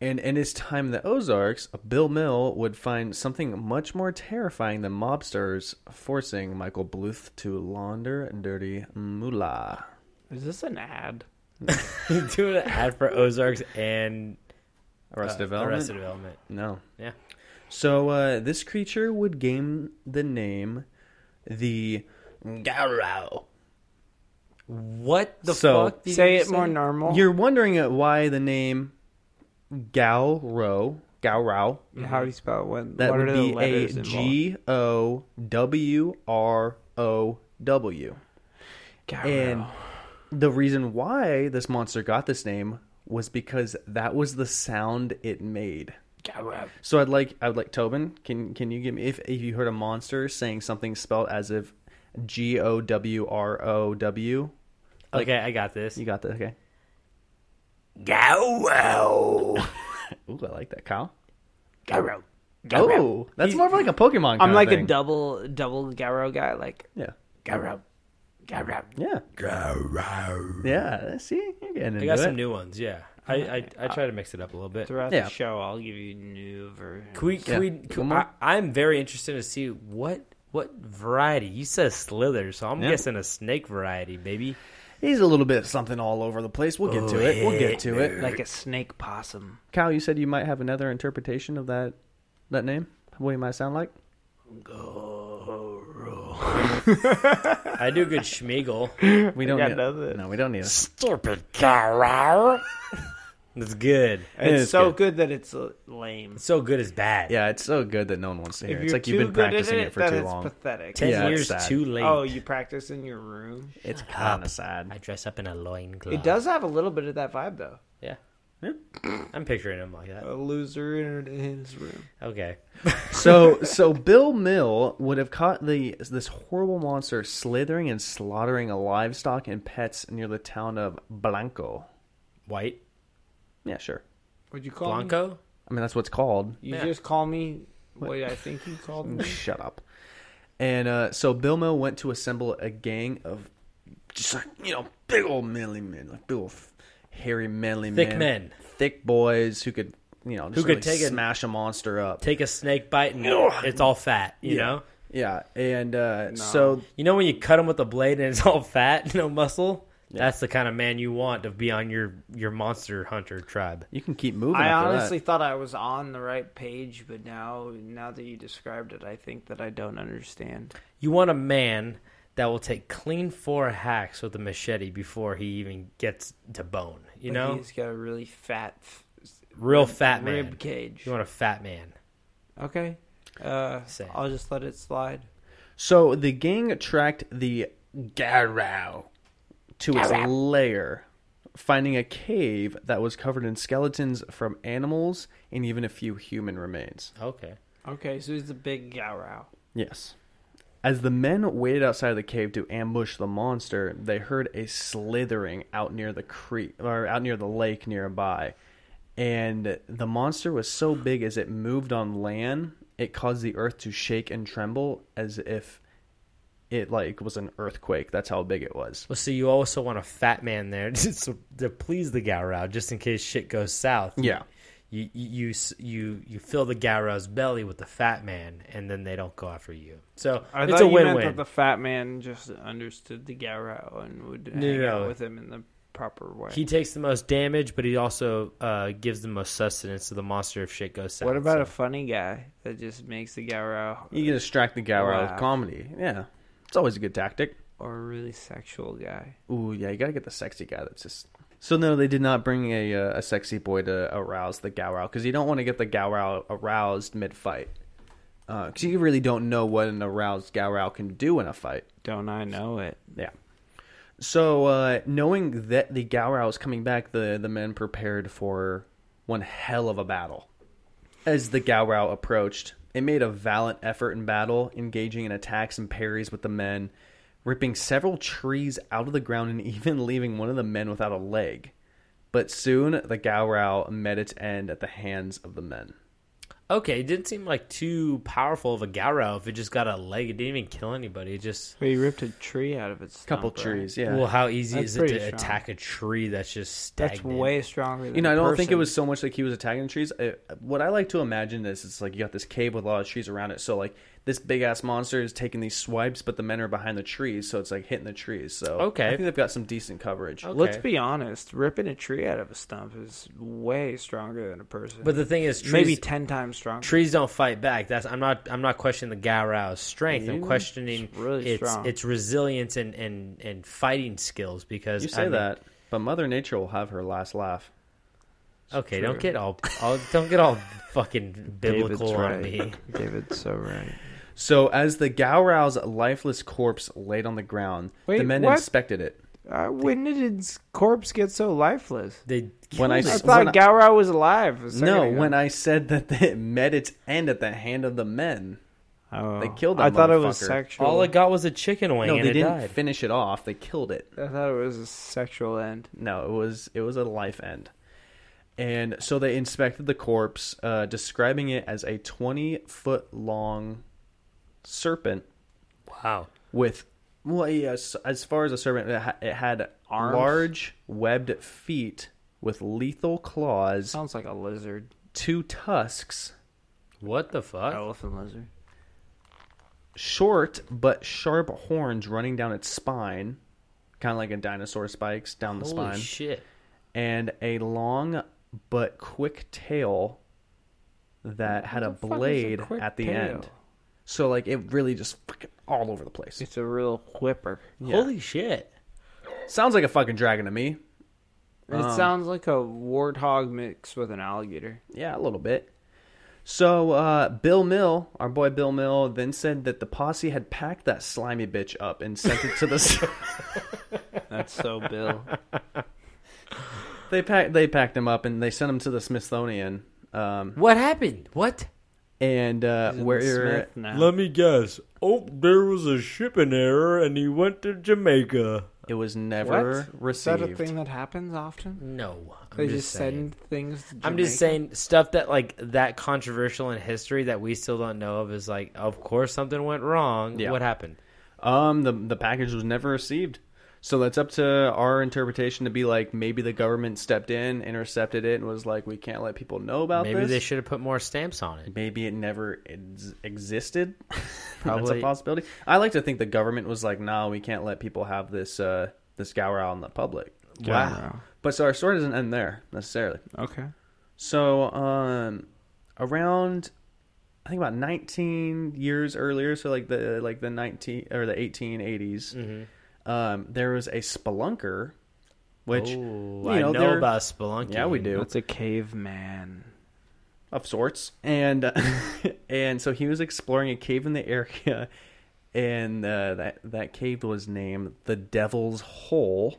G: And in his time in the Ozarks, Bill Mill would find something much more terrifying than mobsters forcing Michael Bluth to launder dirty moolah.
H: Is this an ad?
F: Doing an ad for Ozarks and
H: Uh,
G: Arrested Development.
F: Arrested Development.
G: No.
F: Yeah.
G: So uh, this creature would gain the name the Garrow.
F: What the
G: So-
F: fuck? did
H: Say
F: you
H: it more normal.
G: You're wondering uh, why the name Gowro, Gowrow,
H: How do you spell it? What,
G: that
H: what
G: would
H: are
G: be
H: the
G: a
H: letters involved?
G: G O W R O W. And the reason why this monster got this name was because that was the sound it made. So I'd like I would like Tobin, can can you give me if, if you heard a monster saying something spelled as if G O W R O W?
F: okay, I got this.
G: You got that, okay. Ooh, I like that cow. Oh, that's more of like a Pokemon.
H: I'm
G: kinda
H: like a
G: thing.
H: double double Garo guy. Like
G: Yeah.
H: Garo, Garo.
G: Yeah. Yeah. See, you're getting into
F: I got
G: it.
F: some new ones. Yeah, I I, I try to mix it up a little bit.
H: Throughout
G: Yeah.
H: the show, I'll give you new version.
F: Can we, can
G: Yeah.
F: we, can-
G: One more?
F: I, am very interested to see what what variety. You said slither, so I'm
G: Yeah.
F: guessing a snake variety, baby.
G: He's a little bit something all over the place. We'll get to
H: Oh,
G: it. We'll get to it.
H: Like a snake possum.
G: Kyle, you said you might have another interpretation of that that name. What he might sound like.
F: I do good
G: (laughs)
F: Schmiegel.
G: We don't
H: got
G: need
H: nothing.
G: No, we don't need it.
F: Stupid (laughs) cow. That's good.
H: It's
G: is
H: so good. that it's uh, lame.
F: So good is bad.
G: Yeah, it's so good that no one wants to hear.
H: If
G: it. It's
H: you're
G: like you've
H: too
G: been
H: good at
G: practicing it, for
H: then
G: too
H: it's
G: long.
H: Pathetic.
F: Ten
G: Yeah, it's
F: years
G: sad.
F: too late.
H: Oh, you practice in your room.
G: It's kind of sad.
F: I dress up in a loincloth.
H: It does have a little bit of that vibe though.
F: Yeah. I'm picturing him like
G: Oh.
F: that.
H: A loser in his room.
F: Okay. (laughs)
G: So so Bill Mill would have caught the this horrible monster slithering and slaughtering livestock and pets near the town of Blanco.
F: White.
G: Yeah, sure.
H: What'd you call me?
F: Blanco?
G: I mean that's what it's called.
H: You
F: Yeah.
H: just call me what I think you called me.
G: Shut up. And uh, so Bill Mill went to assemble a gang of just like you know big old manly men, like big old hairy manly
F: Thick
G: men,
F: men.
G: thick boys who could you know just
F: Who could
G: really
F: take a-
G: smash a monster up.
F: Take a snake bite and it's all fat, you know?
G: yeah, and uh, so
F: You know when you cut them with a blade and it's (laughs) all fat, no muscle? That's the kind of man you want to be on your, your monster hunter tribe.
G: you can keep (laughs) moving.
H: I
G: after
H: honestly
G: that.
H: thought I was on the right page, but now now that you described it, I think that I don't understand.
F: You want a man that will take clean four hacks with a machete before he even gets to bone. You know,
H: he's got a really fat
F: real fat man.
H: rib cage.
F: You want a fat man?
H: Okay, uh,
F: Sad.
H: I'll just let it slide.
G: So the gang tracked the Garou to its lair, finding a cave that was covered in skeletons from animals and even a few human remains.
F: Okay.
H: Okay, so he's a big Garou.
G: Yes. As the men waited outside the cave to ambush the monster, they heard a slithering out near the creek or out near the lake nearby. And the monster was so big as it moved on land, it caused the earth to shake and tremble as if it like was an earthquake. That's how big it was.
F: Well, so you also want a fat man there (laughs) just to, to please the Garou, just in case shit goes south.
G: Yeah.
F: You you you s- you, you fill the Garou's belly with the fat man, and then they don't go after you. So
H: I
F: it's
H: thought
F: a
H: you meant
F: win-win.
H: that the fat man just understood the Garou and would hang
F: no, no.
H: out with him in the proper way.
F: he takes the most damage, but he also uh, gives the most sustenance to the monster if shit goes south.
H: what about
F: so.
H: a funny guy that just makes the Garou
G: You can distract the guy
H: Wow.
G: with comedy. Yeah. It's always a good tactic.
H: or a really sexual guy?
G: Ooh, yeah, you gotta get the sexy guy. That's just so. No, they did not bring a uh, a sexy boy to arouse the Gowrow because you don't want to get the Gowrow aroused mid fight because you really don't know what an aroused Gowrow can do in a fight.
H: Don't I know it?
G: Yeah. So uh, knowing that the Gowrow is coming back, the the men prepared for one hell of a battle. As the Gowrow approached, it made a valiant effort in battle, engaging in attacks and parries with the men, ripping several trees out of the ground and (laughs) even leaving one of the men without a leg. But soon the Gowrow met its end at the hands of the men.
F: Okay, it didn't seem like too powerful of a Garou if it just got a leg. It didn't even kill anybody. It just
H: But he ripped a tree out of its
G: Couple
H: stump, right?
G: trees, yeah.
F: well, how easy
H: That's
F: is it to
H: pretty strong.
F: attack a tree that's just
H: That's
F: stagnant?
H: way stronger. Than
G: You know, I
H: a
G: don't think it
H: person.
G: was so much like he was attacking the trees. I, what I like to imagine is it's like you got this cave with a lot of trees around it. So like this big ass monster is taking these swipes, but the men are behind the trees, so it's like hitting the trees. So
F: Okay.
G: I think they've got some decent coverage.
H: Let's
F: Okay.
H: be honest. Ripping a tree out of a stump is way stronger than a person.
F: But the thing is, trees,
H: maybe ten times stronger.
F: trees don't fight back. That's I'm not I'm not questioning the Garou's strength. I'm
H: Dude,
F: questioning
H: it's really
F: its
H: strong.
F: its resilience and, and, and fighting skills because
G: You
F: I
G: say
F: mean-
G: that, but Mother Nature will have her last laugh.
F: Okay, don't get all, all
H: (laughs)
F: don't get all fucking biblical on
H: right.
F: (laughs) me.
H: David's so right.
G: So as the Gowrow's lifeless corpse laid on the ground,
H: Wait,
G: the men
H: what?
G: inspected it.
H: Uh, when did its corpse get so lifeless?
F: They
G: When I,
H: I
G: s-
H: thought
G: when I-
H: Gowrow was alive. a second
G: no,
H: ago.
G: when I said that (laughs) it met its end at the hand of the men,
H: Oh.
G: they killed
H: I
G: that
H: thought it was
G: motherfucker.
H: sexual.
F: all it got was a chicken wing
G: no,
F: and
G: they
F: it
G: didn't
F: died.
G: finish it off. They killed it.
H: I thought it was a sexual end.
G: No, it was it was a life end. And so they inspected the corpse, uh, describing it as a twenty foot long serpent
F: wow.
G: with well, yes, as far as a serpent, it, ha- it had
H: Arms?
G: large webbed feet with lethal claws,
H: Sounds like a lizard,
G: two tusks,
F: What the fuck?
H: elephant lizard.
G: short but sharp horns running down its spine, kind of like a dinosaur spikes down the
F: Holy
G: spine.
F: shit.
G: and a long but quick tail that had a blade
H: quick
G: at the
H: tail?
G: end. So like it really just fucking all over the place.
H: It's a real whipper.
F: Holy shit.
G: Sounds like a fucking dragon to me. Oh.
H: it sounds like a warthog mixed with an alligator.
G: Yeah, a little bit. So uh, Bill Mill, our boy Bill Mill, then said that the posse had packed that slimy bitch up and sent it
H: (laughs)
G: to the. s-
H: That's so
G: (laughs)
H: Bill.
G: they packed they packed him up and they sent him to the Smithsonian. Um,
F: What happened? What?
G: and uh, where
H: Smith now.
D: Let me guess. Oh, there was a shipping error and he went to Jamaica.
G: it was
H: what?
G: never
H: Is that
G: received.
H: a thing that happens often?
F: No. I'm
H: They
F: just,
H: just
F: saying.
H: send things. To
F: I'm
H: Jamaica?
F: just saying stuff that like that controversial in history that we still don't know of is like of course something went wrong.
G: Yeah.
F: What happened?
G: Um, the the package was never received, so that's up to our interpretation to be like maybe the government stepped in, intercepted it, and was like, we can't let people know about
F: Maybe
G: this.
F: they should have put more stamps on it.
G: Maybe it never ex- existed. (laughs) that's a
F: Probably.
G: possibility. I like to think the government was like, no, we can't let people have this uh this gower out in the public.
H: Wow.
G: But so our story doesn't end there necessarily.
H: Okay.
G: So um, around I think about 19 years earlier, so like the like the 19 or the 1880s. Um, there was a spelunker, which
I: Ooh,
G: you
I: I
G: know,
I: know
G: they're-
I: about spelunking.
G: yeah we do
H: That's a caveman.
G: of sorts, and (laughs) uh, and so he was exploring a cave in the area, and uh, that that cave was named the Devil's Hole.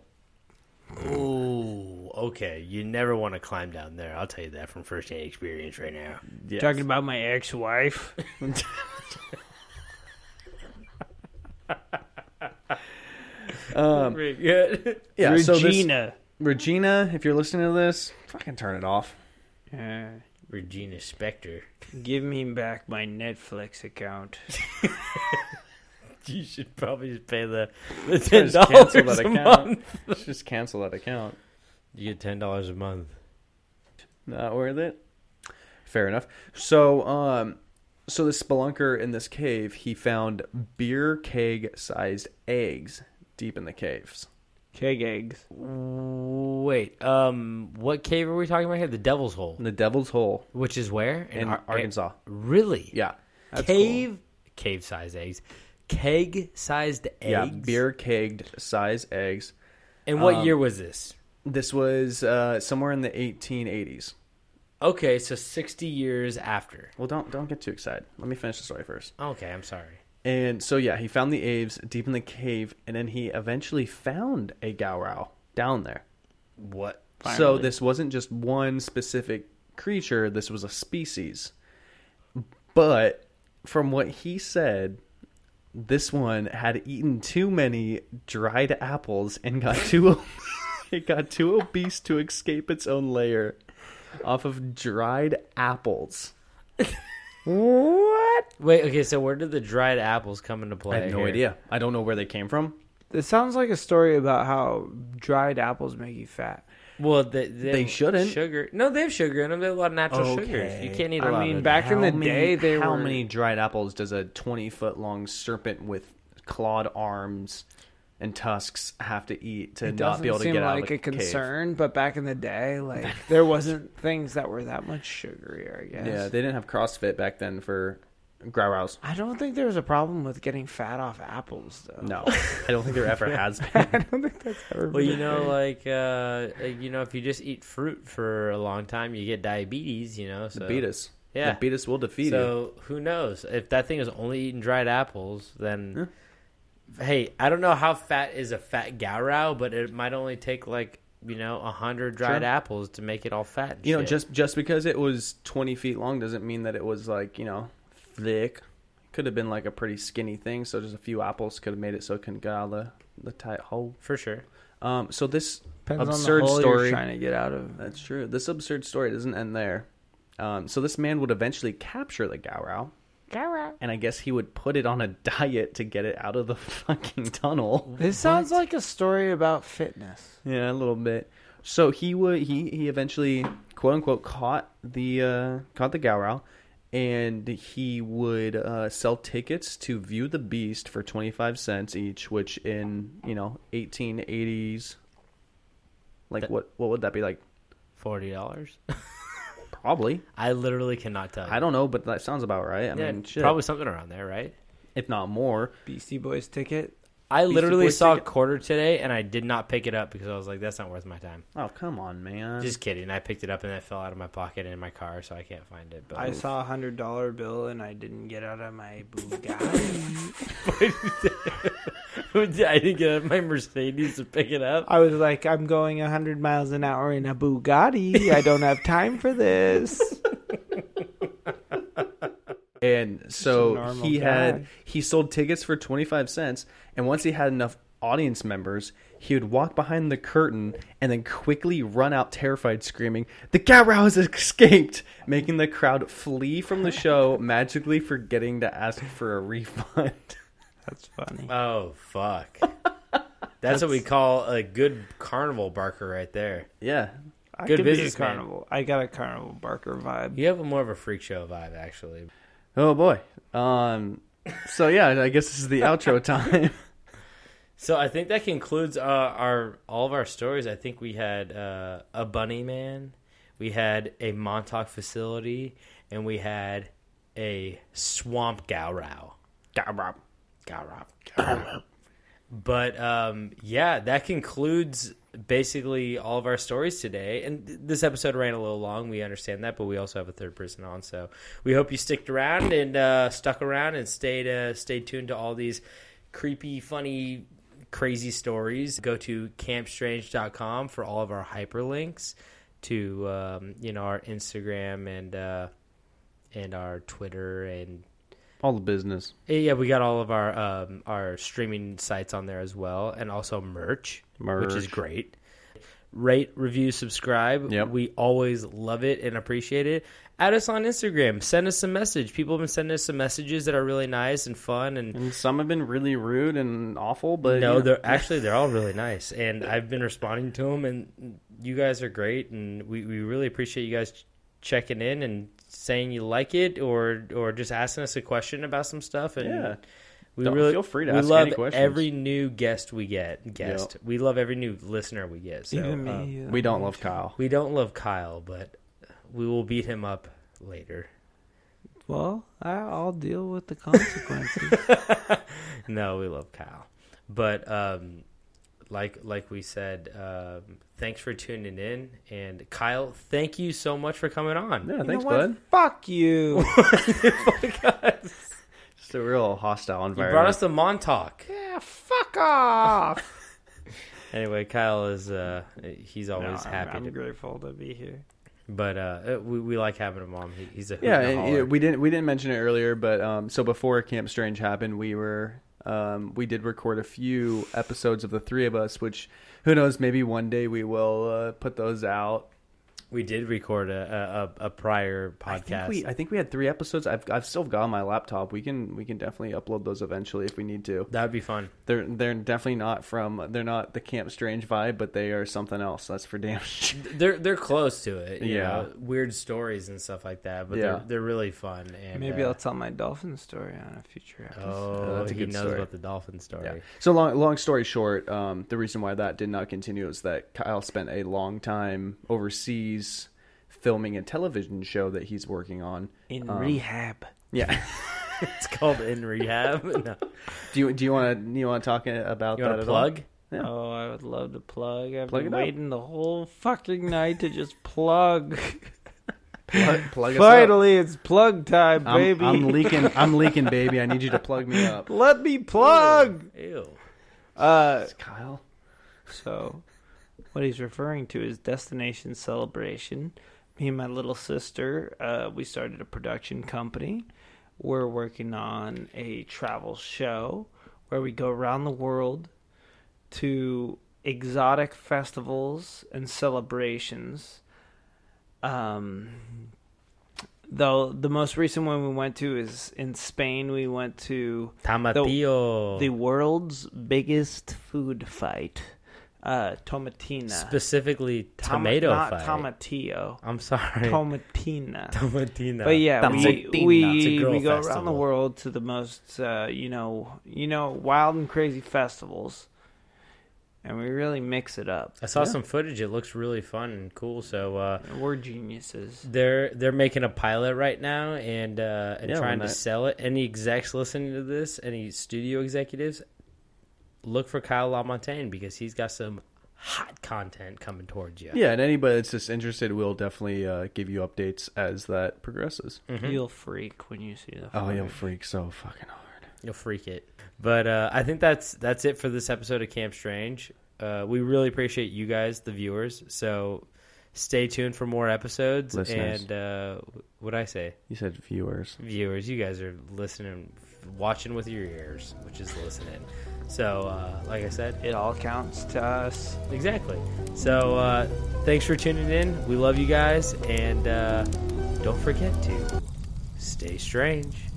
I: Ooh, okay. You never want to climb down there. I'll tell you that from firsthand experience right now.
G: Yes.
H: Talking about my ex-wife.
F: Pretty good.
G: Um, yeah, so this-
H: Regina.
G: Regina, if you're listening to this, fucking turn it off.
H: Uh,
I: Regina Spector.
H: give me back my Netflix account.
I: (laughs) You should probably just pay the, the (laughs) ten
G: Just cancel
I: dollars
G: that
I: a
G: account.
I: month.
G: (laughs) Just cancel that account.
I: You get ten dollars a month.
G: Not worth it. Fair enough. So, um, so the spelunker in this cave, he found beer keg sized eggs deep in the caves.
H: Keg eggs.
I: Wait, um, what cave are we talking about here? The Devil's Hole,
G: In the Devil's Hole
I: which is where
G: in
I: Ar-
G: Arkansas.
I: Really?
G: Yeah.
I: cave, cave sized eggs, keg sized eggs.
G: Yeah. Beer Um, kegged sized eggs.
I: And what year was this?
G: This was uh, somewhere in the 1880s.
I: Okay, so sixty years after.
G: Well, don't don't get too excited. Let me finish the story first.
I: Okay, I'm sorry.
G: And so yeah, he found the aves deep in the cave, and then he eventually found a Gowrow down there.
I: What?
G: So this wasn't just one specific creature, this was a species. But from what he said, this one had eaten too many dried apples and got too (laughs) it got too obese to escape its own lair off of dried apples.
H: What?
I: Wait. Okay, so where did the dried apples come into play?
G: I have no
I: here?
G: idea. I don't know where they came from.
H: This sounds like a story about how dried apples make you fat.
F: Well, they, they,
G: They shouldn't.
F: Sugar? No, they have sugar in them. They have a lot of natural sugars.
I: Okay.
F: You can't eat a
H: I
F: lot.
H: mean,
F: of
H: back in the
G: How many-
H: day, they
G: how
H: were
G: many dried apples does a twenty foot long serpent with clawed arms and tusks have to eat to
H: it
G: not
H: doesn't
G: be able to
H: seem
G: get out
H: like
G: of the
H: a
G: cave?
H: concern, but back in the day, like there wasn't things that were that much sugarier. I guess.
G: Yeah, they didn't have CrossFit back then for growls.
H: I don't think there was a problem with getting fat off apples, though. (laughs)
G: No, I don't think there (laughs) ever has been.
F: Well, you know, like uh, like, you know, if you just eat fruit for a long time, you get diabetes. You know, so
G: Beat us.
F: Yeah.
G: beat us will defeat you.
F: So who knows? If that thing is only eating dried apples, then hey, I don't know how fat is a fat gaurau, but it might only take like you know a hundred dried
G: Sure.
F: apples to make it all fat. and
G: You know,
F: shit.
G: just just because it was twenty feet long doesn't mean that it was like you know thick. Could have been like a pretty skinny thing. So just a few apples could have made it so it couldn't get out of the, the tight hole.
F: for sure.
G: Um, so this
H: Depends
G: absurd
H: on the hole
G: story.
H: You're trying to get out of.
G: That's true. This absurd story doesn't end there. Um, so this man would eventually capture the Gaurau. Gaurau. And I guess he would put it on a (laughs) diet to get it out of the (laughs) fucking tunnel.
H: This sounds like a story about fitness.
G: Yeah, a little bit. So he would he he eventually quote unquote caught the uh, caught the Gaurau, and he would uh, sell tickets to view the beast for twenty five cents each, which in you know eighteen eighties, like what what would that be like?
F: Forty dollars.
G: Probably
F: I literally cannot tell. You.
G: I don't know, but that sounds about right. I
F: Yeah,
G: mean, shit.
F: probably something around there, right?
G: if not more.
H: Beastie Boys ticket.
F: I literally
G: Boys
F: saw a
G: ticket.
F: quarter today, and I did not pick it up because I was like, "That's not worth my time."
G: Oh come on, man!
F: Just kidding. I picked it up and it fell out of my pocket in my car, so I can't find it. But
H: I saw a hundred dollar bill and I didn't get out of my Bugatti.
F: (laughs) I didn't get out of my Mercedes to pick it up.
H: (laughs) I was like, I'm going hundred miles an hour in a Bugatti. I don't have time for this.
G: and so
H: normal
G: he
H: guy.
G: had he sold tickets for twenty five cents, and once he had enough audience members, he would walk behind the curtain and then quickly run out, terrified, screaming, "The Gaurau has (laughs) escaped!" Making the crowd flee from
F: (laughs)
G: the show, magically forgetting to ask for a refund.
H: (laughs) That's funny.
F: Oh fuck! (laughs) That's what we call a good carnival barker, right there.
G: yeah,
H: I
F: Good
H: could be a
F: businessman.
H: carnival. I got a carnival barker vibe.
F: You have a more of a freak show vibe, actually.
G: Oh boy. Um. So yeah, I guess this
F: (laughs)
G: is the outro time.
F: So I think that concludes uh, our all of our stories. I think we had uh, a bunny man, we had a Montauk facility, and we had a swamp gaurau. Gaurau. Gaurau. But um, yeah, that concludes basically all of our stories today. And th- this episode ran a little long. We understand that, but we also have a third person on, so we hope you sticked around and uh, stuck around and stayed uh, stayed tuned to all these creepy, funny, crazy stories. Go to campstrange.com for all of our hyperlinks to um, you know our Instagram and uh, and our Twitter and
G: All the business.
F: Eh, yeah, we got all of our um, our streaming sites on there as well, and also merch, which is
G: Merch.
F: great. Rate, review, subscribe.
G: Yep.
F: We always love it and appreciate it. Add us on Instagram. Send us a message. People have been sending us some messages that are really nice and fun, and
G: And some have been really rude and awful, but
F: no,
G: you know,
F: they're actually they're all really nice, and I've been responding to them. And you guys are great, and we, we really appreciate you guys ch- checking in and saying you like it, or or just asking us a question about some stuff. And
G: Yeah.
F: we
G: Don't-
F: really
G: feel free to
F: we
G: ask
F: love
G: any questions.
F: every new guest we get. Guest, we love every new listener we get. So uh,
G: we don't love Kyle.
F: we don't love Kyle, but we will beat him up later.
H: Well, I, I'll deal with (laughs) the consequences.
F: No, we love Kyle. But um, like like we said, um, thanks for tuning in. And Kyle, thank you so much for coming on.
G: Yeah,
H: You know
G: thanks,
H: what?
G: bud.
H: Fuck (laughs) you.
G: It's a real hostile
F: You
G: environment.
F: brought us the Montauk.
H: yeah, fuck off.
F: Anyway, Kyle is uh, he's always
H: I'm,
F: happy.
H: I'm
F: to,
H: grateful to be here.
F: but uh, we, we like having him on. He, he's a hoot
G: yeah,
F: and a
G: and,
F: holler.
G: yeah, we didn't we didn't mention it earlier, but um, so before Camp Strange happened, we were um, we did record a few episodes of the three of us, which who knows, maybe one day we will uh, put those out.
F: We did record a a, a, a prior podcast.
G: I think we I think we had three episodes. I've I've still got on my laptop. We can we can definitely upload those eventually if we need to.
F: That'd be fun.
G: They're they're definitely not from they're not the Camp Strange vibe, but they are something else. That's for damn (laughs) sure.
F: They're they're close to it. You
G: Yeah.
F: know, weird stories and stuff like that. But
G: Yeah.
F: they're they're really fun. And
H: Maybe
F: uh,
H: I'll tell my dolphin story on a future episode.
F: Oh,
G: that's a
F: he
G: good
F: knows
G: story.
F: about the dolphin story.
G: So long, long story short, um, the reason why that did not continue is that Kyle spent a long time overseas filming a television show that he's working on.
H: In rehab.
G: Yeah.
F: It's called in
H: (laughs)
F: rehab. No.
G: (laughs) do you do you want to you want to talk uh, about
F: You
G: that
F: want to
G: at
F: plug?
H: (laughs) Oh, I would love to plug. I've
G: Plug
H: been
G: it up.
H: waiting the whole fucking night to just
G: (laughs)
H: plug.
G: all? Plug, plug us up.
H: Finally, it's plug time,
G: I'm,
H: baby.
G: I'm
H: (laughs)
G: leaking. I'm leaking, baby. I need you to plug me up,
H: Let me plug.
F: Ew.
H: Uh,
G: Kyle.
H: So, what he's referring to is Destination Celebration. Me and my little sister, uh, we started a production company. We're working on a travel show where we go around the world to exotic festivals and celebrations. Um, though the most recent one we went to is in Spain. We went to
F: Tomatillo.
H: the world's biggest food fight, uh, Tomatina.
F: Specifically,
H: Toma-
F: tomato
H: not
F: fight.
H: tomatillo.
F: I'm sorry.
H: Tomatina.
F: (laughs) Tomatina.
H: But yeah, we
F: Tomatina. It's a
H: we,
F: girl
H: we go around the
F: festival.
H: world to the most uh, you know you know wild and crazy festivals, and we really mix it up.
F: I saw some footage. It looks really fun and cool. So uh,
H: We're geniuses.
F: they're they're making a pilot right now and uh, and
G: Yeah, why
F: trying to
G: not?
F: sell it. Any execs listening to this? Any studio executives? Look for Kyle LaMontagne because he's got some hot content coming towards you.
G: Yeah, and anybody that's just interested, we'll definitely uh, give you updates as that progresses.
F: Mm-hmm.
H: You'll freak when you see the.
G: Oh,
H: photo.
G: you'll freak so fucking hard.
F: You'll freak it. But uh, I think that's that's it for this episode of Camp Strange. Uh, we really appreciate you guys, the viewers. So stay tuned for more episodes.
G: Listeners.
F: And uh, what I say,
G: You said viewers.
F: viewers, you guys are listening, watching with your ears, which is listening. So, uh, like I said,
H: It all counts to us.
F: exactly. So uh, thanks for tuning in. We love you guys, and uh, don't forget to stay strange.